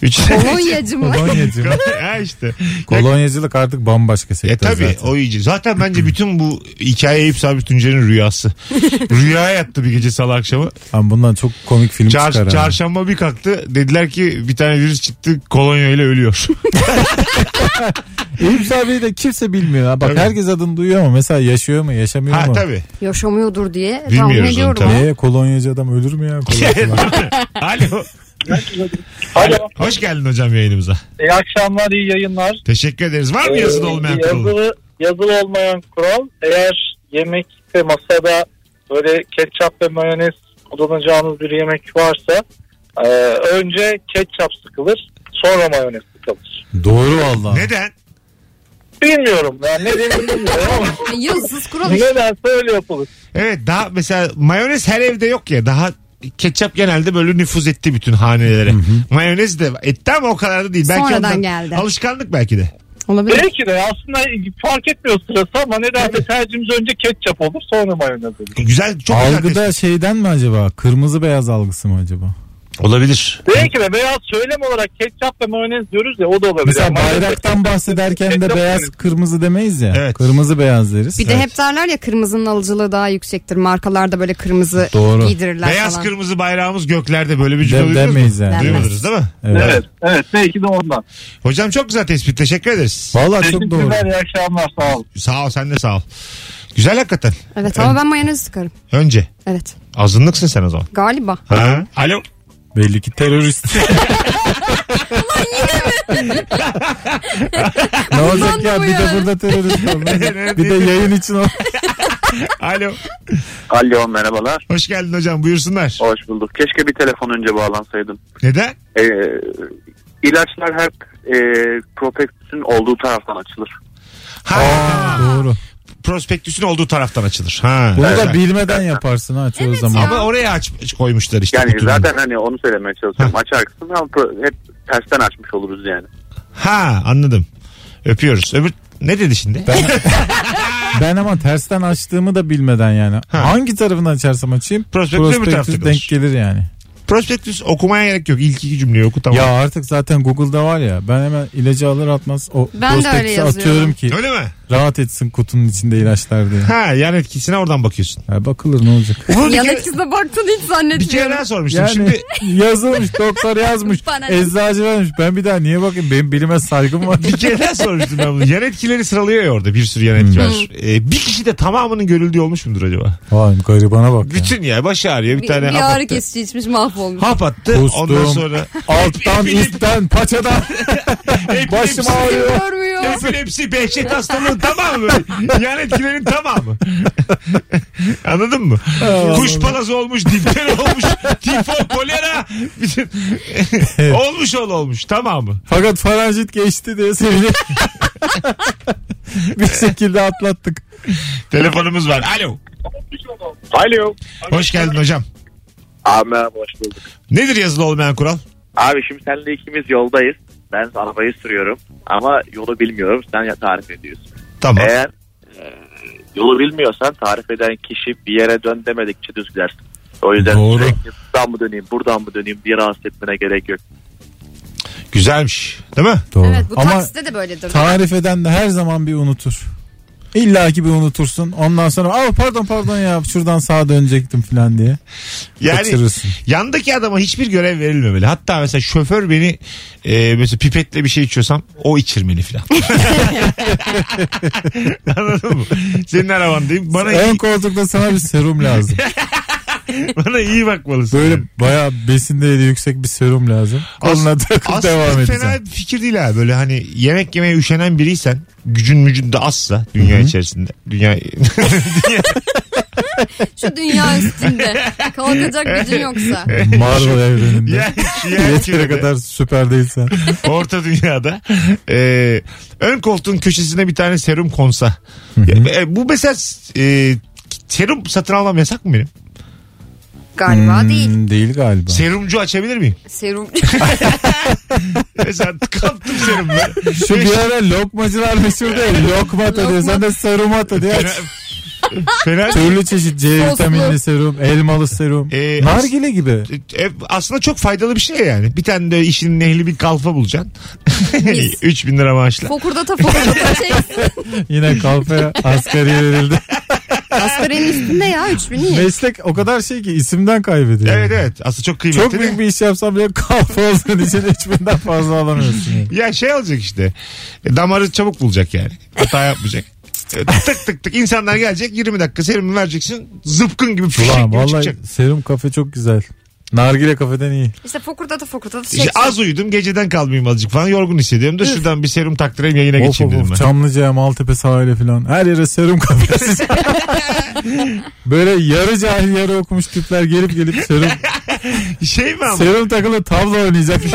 Speaker 2: Üç
Speaker 3: Polonyacı mı?
Speaker 4: Kolonyacı.
Speaker 2: ha işte. Ya,
Speaker 4: Kolonyacılık artık bambaşka sektör
Speaker 2: e tabii
Speaker 4: zaten.
Speaker 2: o iyice. Zaten bence bütün bu hikaye Eyüp Sabit Tuncer'in rüyası. Rüyaya yattı bir gece salı akşamı.
Speaker 4: Ama bundan çok komik film
Speaker 2: Çar-
Speaker 4: çıkar. ha.
Speaker 2: çarşamba bir kalktı. Dediler ki bir tane virüs çıktı kolonya ile ölüyor.
Speaker 4: Eyüp Sabri'yi de kimse bilmiyor. ha. Bak
Speaker 2: Tabii.
Speaker 4: herkes adını duyuyor ama mesela yaşıyor mu yaşamıyor
Speaker 2: ha
Speaker 4: mu?
Speaker 2: tabii.
Speaker 3: Yaşamıyordur diye tahmin
Speaker 2: Bilmiyoruz onu
Speaker 3: ediyorum.
Speaker 2: tabii.
Speaker 4: Neye kolonyacı adam ölür mü ya? Kolay kolay.
Speaker 2: Şey, Alo.
Speaker 5: Alo.
Speaker 2: Hoş geldin hocam yayınımıza.
Speaker 5: İyi akşamlar, iyi yayınlar.
Speaker 2: Teşekkür ederiz. Var mı yazılı
Speaker 5: Ee,
Speaker 2: olmayan kurulu?
Speaker 5: yazılı, yazılı olmayan kural eğer yemek ve masada böyle ketçap ve mayonez kullanacağınız bir yemek varsa e, önce ketçap sıkılır sonra mayonez sıkılır.
Speaker 4: Doğru valla.
Speaker 2: Neden?
Speaker 5: Bilmiyorum ben ne dediğimi bilmiyorum ama
Speaker 3: Yıldız kural işte.
Speaker 5: nedense öyle yapılır.
Speaker 2: Evet daha mesela mayonez her evde yok ya daha ketçap genelde böyle nüfuz etti bütün hanelere. Mayonez de etti ama o kadar da değil. Belki
Speaker 3: Sonradan
Speaker 2: ondan-
Speaker 3: geldi.
Speaker 2: Alışkanlık belki de.
Speaker 3: Olabilir.
Speaker 5: Belki de aslında fark etmiyor sırası ama nedense tercihimiz önce ketçap olur sonra mayonez olur.
Speaker 2: Güzel çok güzel.
Speaker 4: Algıda şeyden mi acaba? Kırmızı beyaz algısı mı acaba?
Speaker 2: Olabilir.
Speaker 5: Belki de veya söylem olarak ketçap ve mayonez diyoruz ya o da olabilir.
Speaker 4: Mesela
Speaker 5: Yani mayonez-
Speaker 4: bayraktan bahsederken de
Speaker 5: Ketçap
Speaker 4: beyaz
Speaker 5: deriz.
Speaker 4: kırmızı demeyiz ya.
Speaker 2: Evet.
Speaker 4: Kırmızı beyaz deriz.
Speaker 3: Bir de hep derler ya kırmızının alıcılığı daha yüksektir. Markalarda böyle kırmızı
Speaker 4: Doğru.
Speaker 3: giydirirler
Speaker 2: Beyaz
Speaker 3: falan.
Speaker 2: kırmızı bayrağımız göklerde böyle bir
Speaker 4: De-
Speaker 2: cümle duydunuz
Speaker 4: demeyiz
Speaker 2: mu?
Speaker 4: yani.
Speaker 2: Duymadınız değil mi?
Speaker 4: Evet.
Speaker 5: Evet, evet belki de ondan.
Speaker 2: Hocam çok güzel tespit. Teşekkür ederiz.
Speaker 4: Vallahi çok doğru.
Speaker 5: Teşekkürler, iyi akşamlar sağ olun.
Speaker 2: Sağ ol sen de sağ ol. Güzel hakikaten.
Speaker 3: Evet ama ben mayonez sıkarım.
Speaker 2: Önce.
Speaker 3: Evet.
Speaker 2: Azınlıksın sen o zaman.
Speaker 3: Galiba.
Speaker 2: Ha? Alo.
Speaker 4: Belli ki terörist. ne olacak ya
Speaker 3: bu
Speaker 4: bir de
Speaker 3: ya.
Speaker 4: burada terörist olmaz. bir de yayın için o.
Speaker 2: Alo.
Speaker 5: Alo merhabalar.
Speaker 2: Hoş geldin hocam buyursunlar.
Speaker 5: Hoş bulduk. Keşke bir telefon önce bağlansaydım.
Speaker 2: Neden?
Speaker 5: Ee, ilaçlar hep e, protektüsün olduğu taraftan açılır.
Speaker 2: Ha.
Speaker 4: Doğru.
Speaker 2: Prospektüsün olduğu taraftan açılır. Ha.
Speaker 4: Bunu
Speaker 2: Güzel.
Speaker 4: da bilmeden yaparsın ha çoğu
Speaker 3: Evet
Speaker 4: zaman.
Speaker 3: ya.
Speaker 2: Ama oraya aç koymuşlar işte.
Speaker 5: Yani
Speaker 2: kutunun.
Speaker 5: zaten hani onu söylemeye çalışıyorum. Açarsın ama pro- hep tersten açmış oluruz yani.
Speaker 2: Ha anladım. Öpüyoruz. Öbür ne dedi şimdi?
Speaker 4: Ben ama tersten açtığımı da bilmeden yani.
Speaker 2: Ha.
Speaker 4: Hangi tarafını açarsam açayım
Speaker 2: Prospektüs öbür
Speaker 4: prospektüs
Speaker 2: tarafta
Speaker 4: denk
Speaker 2: kalır.
Speaker 4: gelir yani.
Speaker 2: Prospektüs okumaya gerek yok. İlk iki cümleyi oku tamam.
Speaker 4: Ya artık zaten Google'da var ya ben hemen ilacı alır atmaz o
Speaker 3: Ben de öyle
Speaker 4: prospektüsü
Speaker 3: yazıyorum.
Speaker 4: atıyorum ki
Speaker 2: Öyle mi?
Speaker 4: rahat etsin kutunun içinde ilaçlar diye.
Speaker 2: Ha yan etkisine oradan bakıyorsun.
Speaker 4: Ya bakılır ne olacak?
Speaker 2: Bunu bir,
Speaker 3: Yan
Speaker 2: kere,
Speaker 3: etkisine baktın hiç
Speaker 2: bir kere
Speaker 3: zannetmiyorum.
Speaker 2: daha sormuştum.
Speaker 4: Yani
Speaker 2: Şimdi
Speaker 4: yazılmış doktor yazmış
Speaker 3: Bana ne?
Speaker 4: eczacı vermiş ben bir daha niye bakayım benim bilime saygım var.
Speaker 2: bir kere daha sormuştum ben bunu. Yan etkileri sıralıyor ya orada bir sürü yan etki var. Ee, bir kişi de tamamının görüldüğü olmuş mudur acaba?
Speaker 4: Vay garibana bak ya.
Speaker 2: Bütün ya başı ağrıyor bir,
Speaker 3: Bir,
Speaker 2: tane
Speaker 3: bir
Speaker 2: hap
Speaker 3: ağrı
Speaker 2: attı.
Speaker 3: kesici içmiş mahvolmuş.
Speaker 2: Hap attı
Speaker 4: Kustum.
Speaker 2: ondan sonra
Speaker 4: Alttan
Speaker 2: Epilepsi-
Speaker 4: üstten paçadan başım
Speaker 2: epilepsi-
Speaker 4: ağrıyor.
Speaker 3: Görmüyor.
Speaker 2: Epilepsi, behçet hastalığı tamamı böyle. Yan etkilerin tamamı. Anladın mı? Kuş palası olmuş, dipteri olmuş, tifo, kolera. Bütün- olmuş ol olmuş tamamı.
Speaker 4: Fakat faranjit geçti diye seviniyor. bir şekilde atlattık.
Speaker 2: Telefonumuz var. Alo.
Speaker 5: Alo.
Speaker 2: Hoş geldin hocam.
Speaker 5: Abi hoş bulduk.
Speaker 2: Nedir yazılı olmayan kural?
Speaker 5: Abi şimdi senle ikimiz yoldayız. Ben arabayı sürüyorum ama yolu bilmiyorum. Sen ya tarif ediyorsun.
Speaker 2: Tamam.
Speaker 5: Eğer e, yolu bilmiyorsan tarif eden kişi bir yere dön demedikçe düz gidersin. O yüzden
Speaker 4: Doğru.
Speaker 5: sürekli buradan mı döneyim buradan mı döneyim diye rahatsız etmene gerek yok.
Speaker 2: Güzelmiş. Değil mi?
Speaker 4: Doğru.
Speaker 3: Evet bu
Speaker 4: Ama
Speaker 3: takside de böyledir.
Speaker 4: tarif eden de her zaman bir unutur. İlla ki bir unutursun. Ondan sonra Aa, pardon pardon ya şuradan sağa dönecektim falan diye.
Speaker 2: Yani
Speaker 4: Kaçırırsın.
Speaker 2: yandaki adama hiçbir görev verilmemeli. Hatta mesela şoför beni e, mesela pipetle bir şey içiyorsam o içirmeli filan. Anladın mı? Senin arabandayım. Bana
Speaker 4: Ön
Speaker 2: iyi,
Speaker 4: koltukta sana bir serum lazım.
Speaker 2: bana iyi bakmalısın.
Speaker 4: Böyle bayağı besin değeri yüksek bir serum lazım. Koluna takıp
Speaker 2: Aslında
Speaker 4: devam
Speaker 2: fena
Speaker 4: edeceksin.
Speaker 2: bir fikir değil ha. Böyle hani yemek yemeye üşenen biriysen gücün mücün de azsa dünya içerisinde. Dünya
Speaker 3: Şu dünya üstünde. Kalkacak gücün yoksa.
Speaker 4: Marvel evreninde.
Speaker 2: yani şu yer
Speaker 4: Yeteri
Speaker 2: kürede,
Speaker 4: kadar süper değilsen.
Speaker 2: orta dünyada e, ön koltuğun köşesine bir tane serum konsa. Ya, e, bu mesela e, serum satın almam yasak mı benim?
Speaker 3: Galiba
Speaker 4: Hmm,
Speaker 3: değil.
Speaker 4: değil galiba.
Speaker 2: Serumcu açabilir miyim?
Speaker 3: Serum.
Speaker 2: Mesela kaptım serumları.
Speaker 4: Şu
Speaker 2: şey-
Speaker 4: bir ara lokmacılar meşhur değil. Lokmata diyor. Sen de serumata diyor.
Speaker 2: Fena, fena değil.
Speaker 4: Türlü çeşit C
Speaker 3: Soslu.
Speaker 4: vitaminli serum, elmalı serum.
Speaker 2: Ee,
Speaker 4: Nargile gibi.
Speaker 2: E, aslında çok faydalı bir şey yani. Bir tane de işinin ehli bir kalfa bulacaksın. 3000 lira maaşla.
Speaker 3: fokurdata fokurdata şey.
Speaker 4: Yine kalfaya asgari verildi.
Speaker 3: Asgari'nin üstünde ya 3000 iyi.
Speaker 4: Meslek o kadar şey ki isimden kaybediyor.
Speaker 2: Evet evet. Aslında çok kıymetli.
Speaker 4: Çok
Speaker 2: de.
Speaker 4: büyük bir iş yapsam bile kalfa olsun için hiçbirinden fazla alamıyorsun. yani.
Speaker 2: Ya şey olacak işte. E, Damarı çabuk bulacak yani. Hata yapmayacak. E, tık tık tık insanlar gelecek 20 dakika serumu vereceksin zıpkın gibi fişek
Speaker 4: Ulan
Speaker 2: gibi
Speaker 4: vallahi
Speaker 2: şey çıkacak.
Speaker 4: serum kafe çok güzel. Nargile kafeden iyi.
Speaker 3: İşte fokurdata fokurdata şey.
Speaker 2: İşte az uyudum geceden kalmayayım azıcık falan yorgun hissediyorum da şuradan bir serum taktırayım yayına
Speaker 4: Of
Speaker 2: geçeyim
Speaker 4: of
Speaker 2: dedim
Speaker 4: of,
Speaker 2: ben.
Speaker 4: Çamlıca, Maltepe sahili falan. Her yere serum kafesi. Böyle yarı cahil yarı okumuş tipler gelip gelip serum
Speaker 2: şey mi ama?
Speaker 4: Serum takılı tavla oynayacak. şey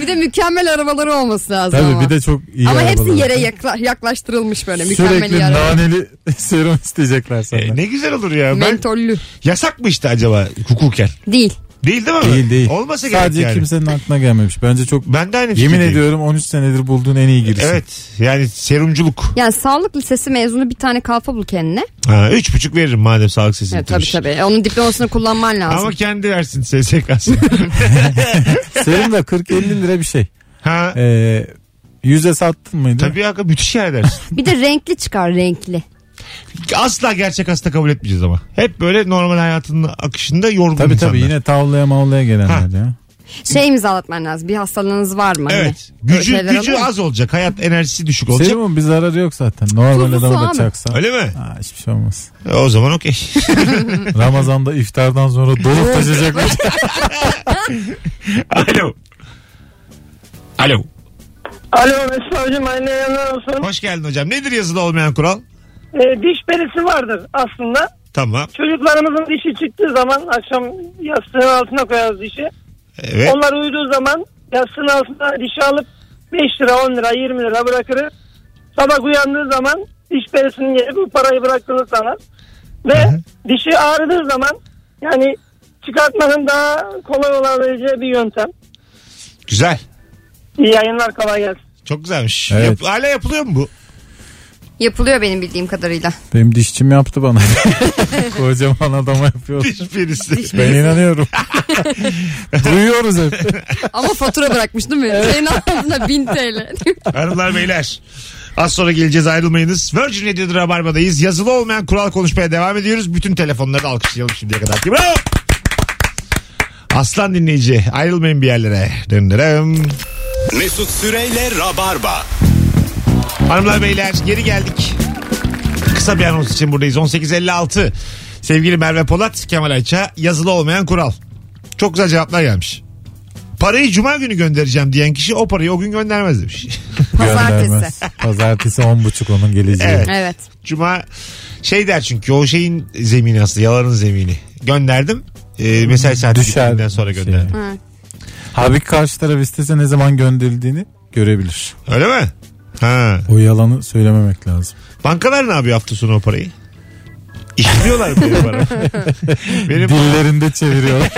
Speaker 3: Bir de mükemmel arabaları olması lazım
Speaker 4: Tabii
Speaker 3: ama.
Speaker 4: bir de çok iyi
Speaker 3: ama
Speaker 4: arabalar.
Speaker 3: hepsi yere yakla- yaklaştırılmış böyle mükemmel
Speaker 4: Sürekli
Speaker 3: iyi araba.
Speaker 4: naneli serum isteyecekler
Speaker 2: E,
Speaker 4: senden.
Speaker 2: ne güzel olur ya. Ben,
Speaker 3: Mentollü.
Speaker 2: yasak mı işte acaba hukuken?
Speaker 3: Değil.
Speaker 2: Değil değil mi?
Speaker 4: Değil değil.
Speaker 2: Olmasa gerek
Speaker 4: Sadece
Speaker 2: yani.
Speaker 4: kimsenin aklına gelmemiş. Bence çok
Speaker 2: Ben de aynı
Speaker 4: yemin
Speaker 2: fikirdeyim.
Speaker 4: ediyorum 13 senedir bulduğun en iyi girişim.
Speaker 2: Evet yani serumculuk.
Speaker 3: Yani sağlık lisesi mezunu bir tane kalfa bul kendine.
Speaker 2: Ha, üç buçuk veririm madem sağlık sesi
Speaker 3: Evet, tabii
Speaker 2: bitirmiş.
Speaker 3: tabii. E, Onun diplomasını kullanman lazım.
Speaker 2: Ama kendi versin SSK'sını.
Speaker 4: Serum da 40-50 lira bir şey.
Speaker 2: ha,
Speaker 4: Ee, yüze sattın mıydı?
Speaker 2: tabii hakikaten müthiş yer dersin.
Speaker 3: Bir de renkli çıkar renkli.
Speaker 2: Asla gerçek hasta kabul etmeyeceğiz ama. Hep böyle normal hayatının akışında yorgun
Speaker 4: Tabii
Speaker 2: insanlar.
Speaker 4: tabii yine tavlaya mavlaya gelenler
Speaker 2: Ha.
Speaker 4: ya.
Speaker 3: Şey imzalatman lazım. Bir hastalığınız var mı? Hani
Speaker 2: Evet. Gücü,
Speaker 3: şeyler
Speaker 2: gücü
Speaker 3: alıyor.
Speaker 2: az olacak. Hayat enerjisi düşük olacak.
Speaker 4: Serumun bir zararı yok zaten. Normal
Speaker 3: Tuzlu su
Speaker 4: adama da
Speaker 3: abi.
Speaker 4: çaksan.
Speaker 2: Öyle mi?
Speaker 4: Ha, hiçbir şey olmaz.
Speaker 2: E, O zaman okey.
Speaker 4: Ramazan'da iftardan sonra dolup taşıyacaklar.
Speaker 2: Alo. Alo.
Speaker 5: Alo Mesut Hocam anne yanına olsun.
Speaker 2: Hoş geldin hocam. Nedir yazılı olmayan kural?
Speaker 5: Ee, diş perisi vardır aslında.
Speaker 2: Tamam.
Speaker 5: Çocuklarımızın dişi çıktığı zaman akşam yastığın altına koyarız dişi.
Speaker 2: Evet.
Speaker 5: Onlar uyuduğu zaman yastığın altına dişi alıp 5 lira 10 lira 20 lira bırakırız. Sabah uyandığı zaman diş perisinin gelip bu parayı bıraktığını sanar. Ve
Speaker 2: Hı hı.
Speaker 5: dişi ağrıdığı zaman yani çıkartmanın daha kolay olabileceği bir yöntem.
Speaker 2: Güzel.
Speaker 5: İyi yayınlar kolay gelsin.
Speaker 2: Çok güzelmiş.
Speaker 4: Evet.
Speaker 2: Yap- hala yapılıyor mu bu?
Speaker 3: Yapılıyor benim bildiğim kadarıyla.
Speaker 4: Benim dişçim yaptı bana. Kocaman adama yapıyor.
Speaker 2: Diş perisi.
Speaker 4: Ben inanıyorum. Duyuyoruz hep.
Speaker 3: Ama fatura bırakmış değil mi? Senin altında 1000 TL.
Speaker 2: Hanımlar beyler. Az sonra geleceğiz ayrılmayınız. Virgin Radio'da Rabarba'dayız. Yazılı olmayan kural konuşmaya devam ediyoruz. Bütün telefonları da alkışlayalım şimdiye kadar. Bravo. Aslan dinleyici ayrılmayın bir yerlere. Döndürüm.
Speaker 1: Mesut Süreyle Rabarba.
Speaker 2: Hanımlar beyler geri geldik. Kısa bir anons için buradayız. 18.56. Sevgili Merve Polat, Kemal Ayça yazılı olmayan kural. Çok güzel cevaplar gelmiş. Parayı cuma günü göndereceğim diyen kişi o parayı o gün göndermez demiş.
Speaker 3: Pazartesi.
Speaker 4: Göndermez. Pazartesi 10.30 onun geleceği.
Speaker 2: Evet.
Speaker 3: Evet.
Speaker 2: Cuma şey der çünkü o şeyin zemini aslında yalanın zemini. Gönderdim. E, mesai saati
Speaker 4: Düşer.
Speaker 2: bitiminden sonra gönderdim.
Speaker 3: Hı.
Speaker 4: Halbuki karşı taraf istese ne zaman gönderildiğini görebilir.
Speaker 2: Öyle mi? Ha.
Speaker 4: O yalanı söylememek lazım.
Speaker 2: Bankalar ne yapıyor hafta sonu o parayı? İşliyorlar mı o para? benim,
Speaker 4: Dillerinde çeviriyorlar.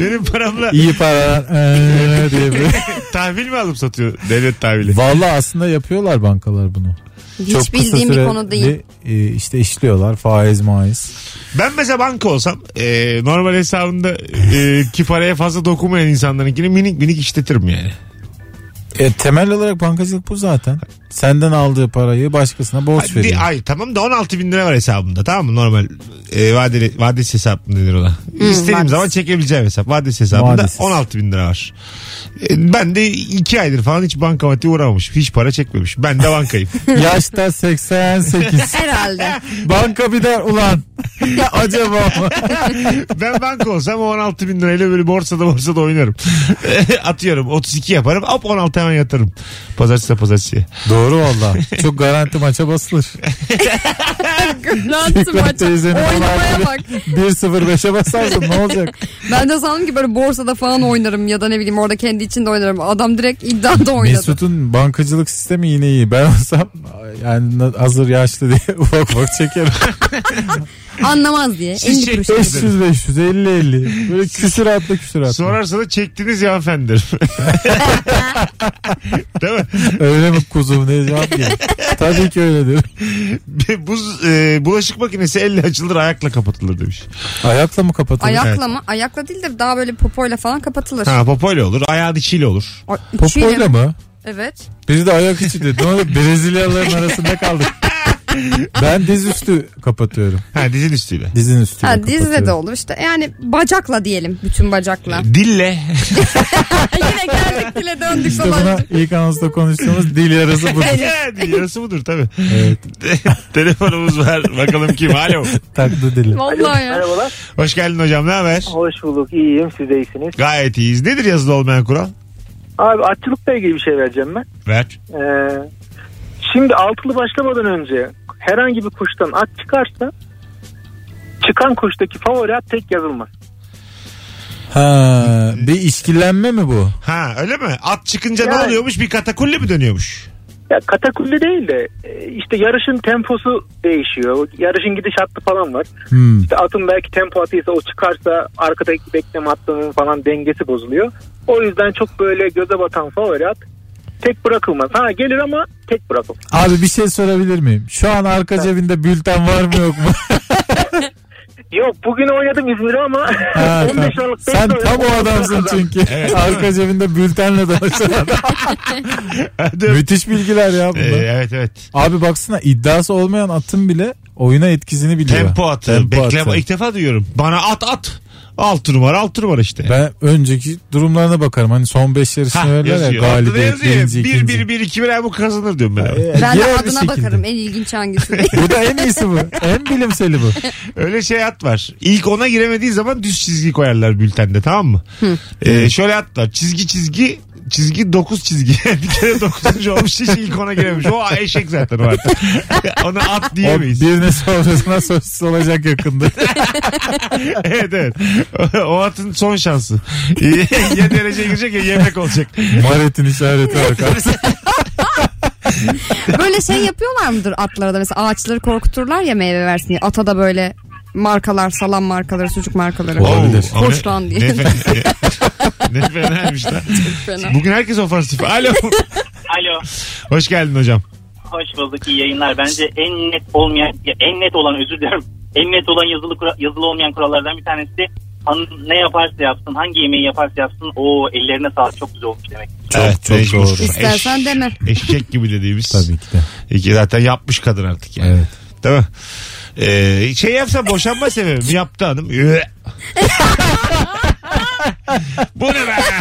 Speaker 2: benim paramla
Speaker 4: İyi para ee, diye böyle.
Speaker 2: tahvil mi alıp satıyor devlet tahvili?
Speaker 4: Vallahi aslında yapıyorlar bankalar bunu.
Speaker 3: Hiç
Speaker 4: Çok kısa
Speaker 3: bildiğim bir
Speaker 4: süreli,
Speaker 3: konu değil.
Speaker 4: e, işte işliyorlar faiz maiz.
Speaker 2: Ben mesela banka olsam e, normal hesabında e, ki paraya fazla dokunmayan insanlarınkini minik minik işletirim yani.
Speaker 4: E, temel olarak bankacılık bu zaten. Senden aldığı parayı başkasına borç
Speaker 2: Ay,
Speaker 4: veriyor.
Speaker 2: ay tamam da 16 bin lira var hesabımda tamam mı normal e, vadeli, vadesi hesap mı denir ona. İstediğim
Speaker 3: vadesi.
Speaker 2: zaman çekebileceğim hesap vadesi hesabımda
Speaker 4: Vadesiz.
Speaker 2: 16 bin lira var. E, ben de 2 aydır falan hiç bankamatiğe uğramamışım hiç para çekmemiş ben de bankayım.
Speaker 4: Yaşta 88.
Speaker 3: Herhalde.
Speaker 4: Banka bir der ulan. Acaba mı?
Speaker 2: ben banka olsam o 16 bin lirayla böyle borsada borsada oynarım. Atıyorum 32 yaparım hop 16 hemen yatarım pazartesi de pazartesi.
Speaker 4: Doğru valla. Çok garanti maça basılır.
Speaker 3: Nasıl
Speaker 4: Hikmet
Speaker 3: maç?
Speaker 4: teyzenin
Speaker 3: Oynamaya
Speaker 4: olayları.
Speaker 3: bak.
Speaker 4: 1-0-5'e basarsın ne olacak?
Speaker 3: Ben de sandım ki böyle borsada falan oynarım ya da ne bileyim orada kendi içinde oynarım. Adam direkt iddiada oynadı.
Speaker 4: Mesut'un bankacılık sistemi yine iyi. Ben olsam yani hazır yaşlı diye ufak ufak çekerim.
Speaker 3: Anlamaz diye.
Speaker 2: Siz
Speaker 3: En
Speaker 2: şey-
Speaker 3: şey...
Speaker 4: 500 500 50 50. Böyle küsüratlı küsüratlı.
Speaker 2: Sorarsa da çektiniz ya hanımefendi. Değil mi?
Speaker 4: Öyle mi kuzum diye cevap geliyor. Tabii ki öyledir.
Speaker 2: Buz, e, bulaşık makinesi elle açılır ayakla kapatılır demiş.
Speaker 4: Ayakla mı kapatılır?
Speaker 3: Ayakla mı? Ayakla değil de daha böyle popoyla falan kapatılır.
Speaker 2: Ha popoyla olur ayağın içiyle olur.
Speaker 3: O, içiyle-
Speaker 4: Popoyla mı?
Speaker 3: Evet.
Speaker 4: Biri de ayak içi dedi. Ne oldu? Brezilyalıların arasında kaldık. Ben diz üstü kapatıyorum.
Speaker 2: Ha dizin üstüyle.
Speaker 4: Dizin üstü.
Speaker 3: Ha, dizle de olur işte. Yani bacakla diyelim. Bütün bacakla.
Speaker 2: Dille.
Speaker 3: Yine geldik dile döndük
Speaker 4: İşte buna ilk anonsda konuştuğumuz dil yarası bu.
Speaker 2: Ya, dil yarısı budur tabii.
Speaker 4: Evet.
Speaker 2: Telefonumuz var. Bakalım kim? Alo.
Speaker 4: Taktı dili.
Speaker 3: Vallahi ya.
Speaker 7: Merhabalar.
Speaker 2: Hoş geldin hocam. Ne haber?
Speaker 7: Hoş bulduk. İyiyim. Siz de iyisiniz.
Speaker 2: Gayet iyiyiz. Nedir yazılı olmayan kural?
Speaker 7: Abi açlıkla ilgili bir şey vereceğim ben.
Speaker 2: Ver.
Speaker 7: Ee, şimdi altılı başlamadan önce herhangi bir kuştan at çıkarsa
Speaker 5: Çıkan kuştaki favori at tek yazılmaz.
Speaker 4: Ha, bir işkillenme mi bu?
Speaker 2: Ha öyle mi? At çıkınca ne
Speaker 5: Yani.
Speaker 2: oluyormuş? Bir katakulle mi dönüyormuş?
Speaker 5: Ya katakulli değil de e, işte yarışın temposu değişiyor. Yarışın gidiş hattı falan var.
Speaker 4: Hmm.
Speaker 5: İşte atın belki tempo atıysa o çıkarsa arkadaki bekleme hattının falan dengesi bozuluyor. O yüzden çok böyle göze batan favori at tek bırakılmaz. Ha gelir ama tek bırakılmaz.
Speaker 4: Abi bir şey sorabilir miyim? Şu an arka cebinde bülten var mı yok mu?
Speaker 5: Yok bugün oynadım İzmir'i ama
Speaker 4: Ha,
Speaker 5: 15
Speaker 4: tamam.
Speaker 5: Aralık
Speaker 4: Sen
Speaker 5: Beşiktaş'a
Speaker 4: tam o
Speaker 5: oynadım.
Speaker 4: adamsın çünkü. Arka cebinde bültenle dolaşan adam.
Speaker 2: Hadi.
Speaker 4: Müthiş bilgiler ya
Speaker 2: Ee,
Speaker 4: bunlar.
Speaker 2: evet evet.
Speaker 4: Abi baksana iddiası olmayan atın bile oyuna etkisini biliyor.
Speaker 2: Tempo atı.
Speaker 4: Tempo atı.
Speaker 2: bekleme. İlk defa duyuyorum. Bana at at. 6 numara 6 numara işte.
Speaker 4: Ben önceki durumlarına bakarım. Hani son 5 yarışını öyle ya
Speaker 2: Altta da
Speaker 4: galibiyet
Speaker 2: yazıyor.
Speaker 4: birinci ikinci.
Speaker 2: 1 1 1 2 1 bu kazanır diyorum ben.
Speaker 4: Ee,
Speaker 2: ama.
Speaker 3: Ben de
Speaker 4: diğer bir
Speaker 3: adına
Speaker 4: şekilde.
Speaker 3: bakarım en ilginç hangisi.
Speaker 4: Bu da en iyisi bu. En bilimseli bu.
Speaker 2: Öyle şey at var. İlk ona giremediği zaman düz çizgi koyarlar bültende tamam mı? Ee, şöyle atlar. Çizgi çizgi çizgi 9 çizgi. bir kere 9. olmuş hiç ilk ona girememiş. O eşek zaten o at. Ona at
Speaker 4: O
Speaker 2: diyemeyiz.
Speaker 4: birine sonrasına sözsüz olacak yakında.
Speaker 2: evet evet. O atın son şansı. ya derece girecek ya yemek olacak.
Speaker 4: Maret'in işareti var. karşısında.
Speaker 3: böyle şey yapıyorlar mıdır atlara da mesela ağaçları korkuturlar ya meyve versin diye. Ata da böyle markalar salam markaları sucuk markaları.
Speaker 4: Olabilir.
Speaker 2: Oo,
Speaker 3: Hoş
Speaker 2: ne-
Speaker 3: lan diye.
Speaker 2: Ne, fe- ne fenaymış lan.
Speaker 3: Fena.
Speaker 2: Bugün herkes ofansif. Alo.
Speaker 8: Alo.
Speaker 2: Hoş geldin hocam.
Speaker 8: Hoş bulduk iyi yayınlar. Bence en net olmayan, ya en net olan özür dilerim. En net olan yazılı kura- yazılı olmayan kurallardan bir tanesi han- ne yaparsa yapsın, hangi yemeği yaparsa yapsın o ellerine sağlık çok güzel olmuş demek.
Speaker 4: Çok, çok
Speaker 2: mecbur.
Speaker 4: doğru.
Speaker 3: İstersen deme.
Speaker 2: Eşek gibi dediğimiz.
Speaker 4: Tabii ki de.
Speaker 2: İki zaten yapmış kadın artık yani.
Speaker 4: Evet.
Speaker 2: Değil mi? Ee, şey yapsa boşanma sebebi mi? yaptı hanım. Üe. bu ne be?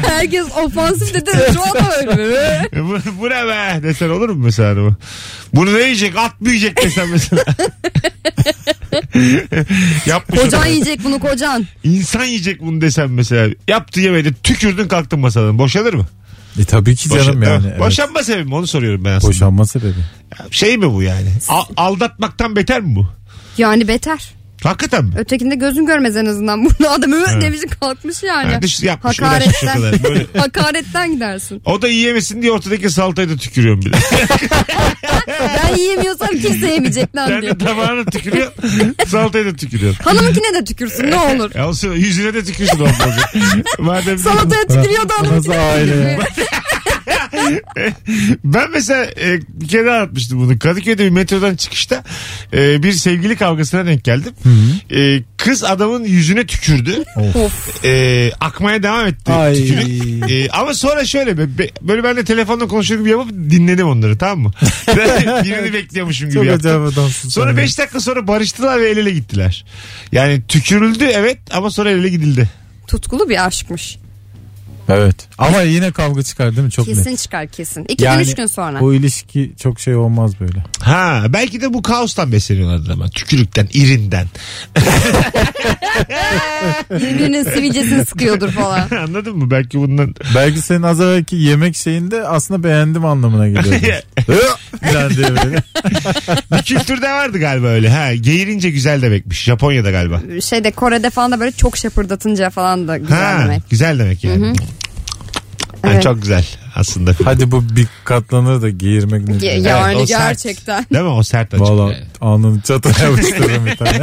Speaker 3: Herkes ofansif dedi. Şu anda öyle.
Speaker 2: Bu, bu ne be? Desen olur mu mesela hanıma? Bunu ne yiyecek? At mı yiyecek desen mesela? Yapmış
Speaker 3: Kocan
Speaker 2: onu.
Speaker 3: yiyecek bunu kocan.
Speaker 2: İnsan yiyecek bunu desen mesela. Yaptı yemedi tükürdün kalktın masadan. Boşanır mı?
Speaker 4: E tabii ki
Speaker 2: Boşa-
Speaker 4: canım yani.
Speaker 2: Ha,
Speaker 4: Evet.
Speaker 2: Boşanma sebebi mi? Onu soruyorum ben aslında.
Speaker 4: Boşanma sebebi.
Speaker 2: Şey mi bu yani? A- aldatmaktan beter mi bu?
Speaker 3: Yani beter.
Speaker 2: Hakikaten mi?
Speaker 3: Ötekinde gözün görmez en azından. Bunu adam evet demiş kalkmış yani.
Speaker 2: Kardeş yapmış uğraşmış o
Speaker 3: Hakaretten.
Speaker 2: kadar. Böyle
Speaker 3: Hakaretten gidersin.
Speaker 2: O da yiyemesin diye ortadaki salatayı da tükürüyorum bir de.
Speaker 3: Ben yiyemiyorsam kimse yemeyecek lan diyor.
Speaker 2: Kendi tabağına tükürüyor, salatayı da tükürüyor.
Speaker 3: Hanımınkine de tükürsün ne olur.
Speaker 2: E olsun, yüzüne de tükürsün olmaz. Madem
Speaker 3: Salataya tükürüyor da
Speaker 4: Nasıl
Speaker 3: hanımınkine de
Speaker 4: aile ya?
Speaker 3: tükürüyor.
Speaker 2: ben mesela e, bir kere anlatmıştım bunu. Kadıköy'de bir metrodan çıkışta e, bir sevgili kavgasına denk geldim. E, kız adamın yüzüne tükürdü.
Speaker 3: Of.
Speaker 2: E, akmaya devam etti
Speaker 4: Ay.
Speaker 2: tükürük. E, ama sonra şöyle be- be- böyle ben de telefonla konuşuyor gibi yapıp dinledim onları tamam mı? Ben Birini bekliyormuşum gibi
Speaker 4: Çok
Speaker 2: yaptım.
Speaker 4: acayip adamsın.
Speaker 2: Sonra 5 dakika sonra barıştılar ve el ele gittiler. Yani tükürüldü evet ama sonra el ele gidildi.
Speaker 3: Tutkulu bir aşkmış.
Speaker 4: Evet. Ama yine kavga çıkar değil mi? Çok net.
Speaker 3: Kesin çıkar kesin. İki gün üç gün sonra.
Speaker 4: Bu ilişki çok şey olmaz böyle.
Speaker 2: Ha belki de bu kaostan besleniyorlardır ama tükürükten, irinden.
Speaker 3: Birbirinin sivilcesini sıkıyordur falan.
Speaker 2: Anladın mı? Belki bundan
Speaker 4: Belki senin az evvelki yemek şeyinde aslında beğendim anlamına geliyor. Falan diye böyle.
Speaker 2: bir kültürde vardı galiba öyle. Ha geğirince güzel demekmiş. Japonya'da galiba.
Speaker 3: Şeyde Kore'de falan da böyle çok şapırdatınca falan da güzel
Speaker 2: Ha
Speaker 3: demek.
Speaker 2: güzel demek yani. Ha,
Speaker 3: Evet.
Speaker 2: Çok güzel aslında.
Speaker 4: Hadi bu bir katlanır da giyirmek ne?
Speaker 3: Ge-
Speaker 4: demek?
Speaker 3: yani
Speaker 2: o sert.
Speaker 3: gerçekten.
Speaker 2: Değil mi? O sert açık.
Speaker 4: Valla alnını çatına yapıştırırım bir tane.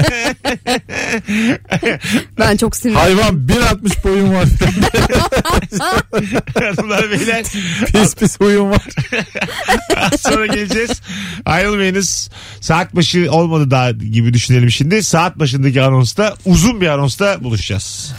Speaker 3: Ben çok sinirliyim.
Speaker 4: Hayvan 1.60 boyum var.
Speaker 2: Hanımlar beyler
Speaker 4: pis pis huyum var.
Speaker 2: Az sonra geleceğiz. Ayrılmayınız. Saat başı olmadı daha gibi düşünelim şimdi. Saat başındaki anonsta uzun bir anonsta buluşacağız.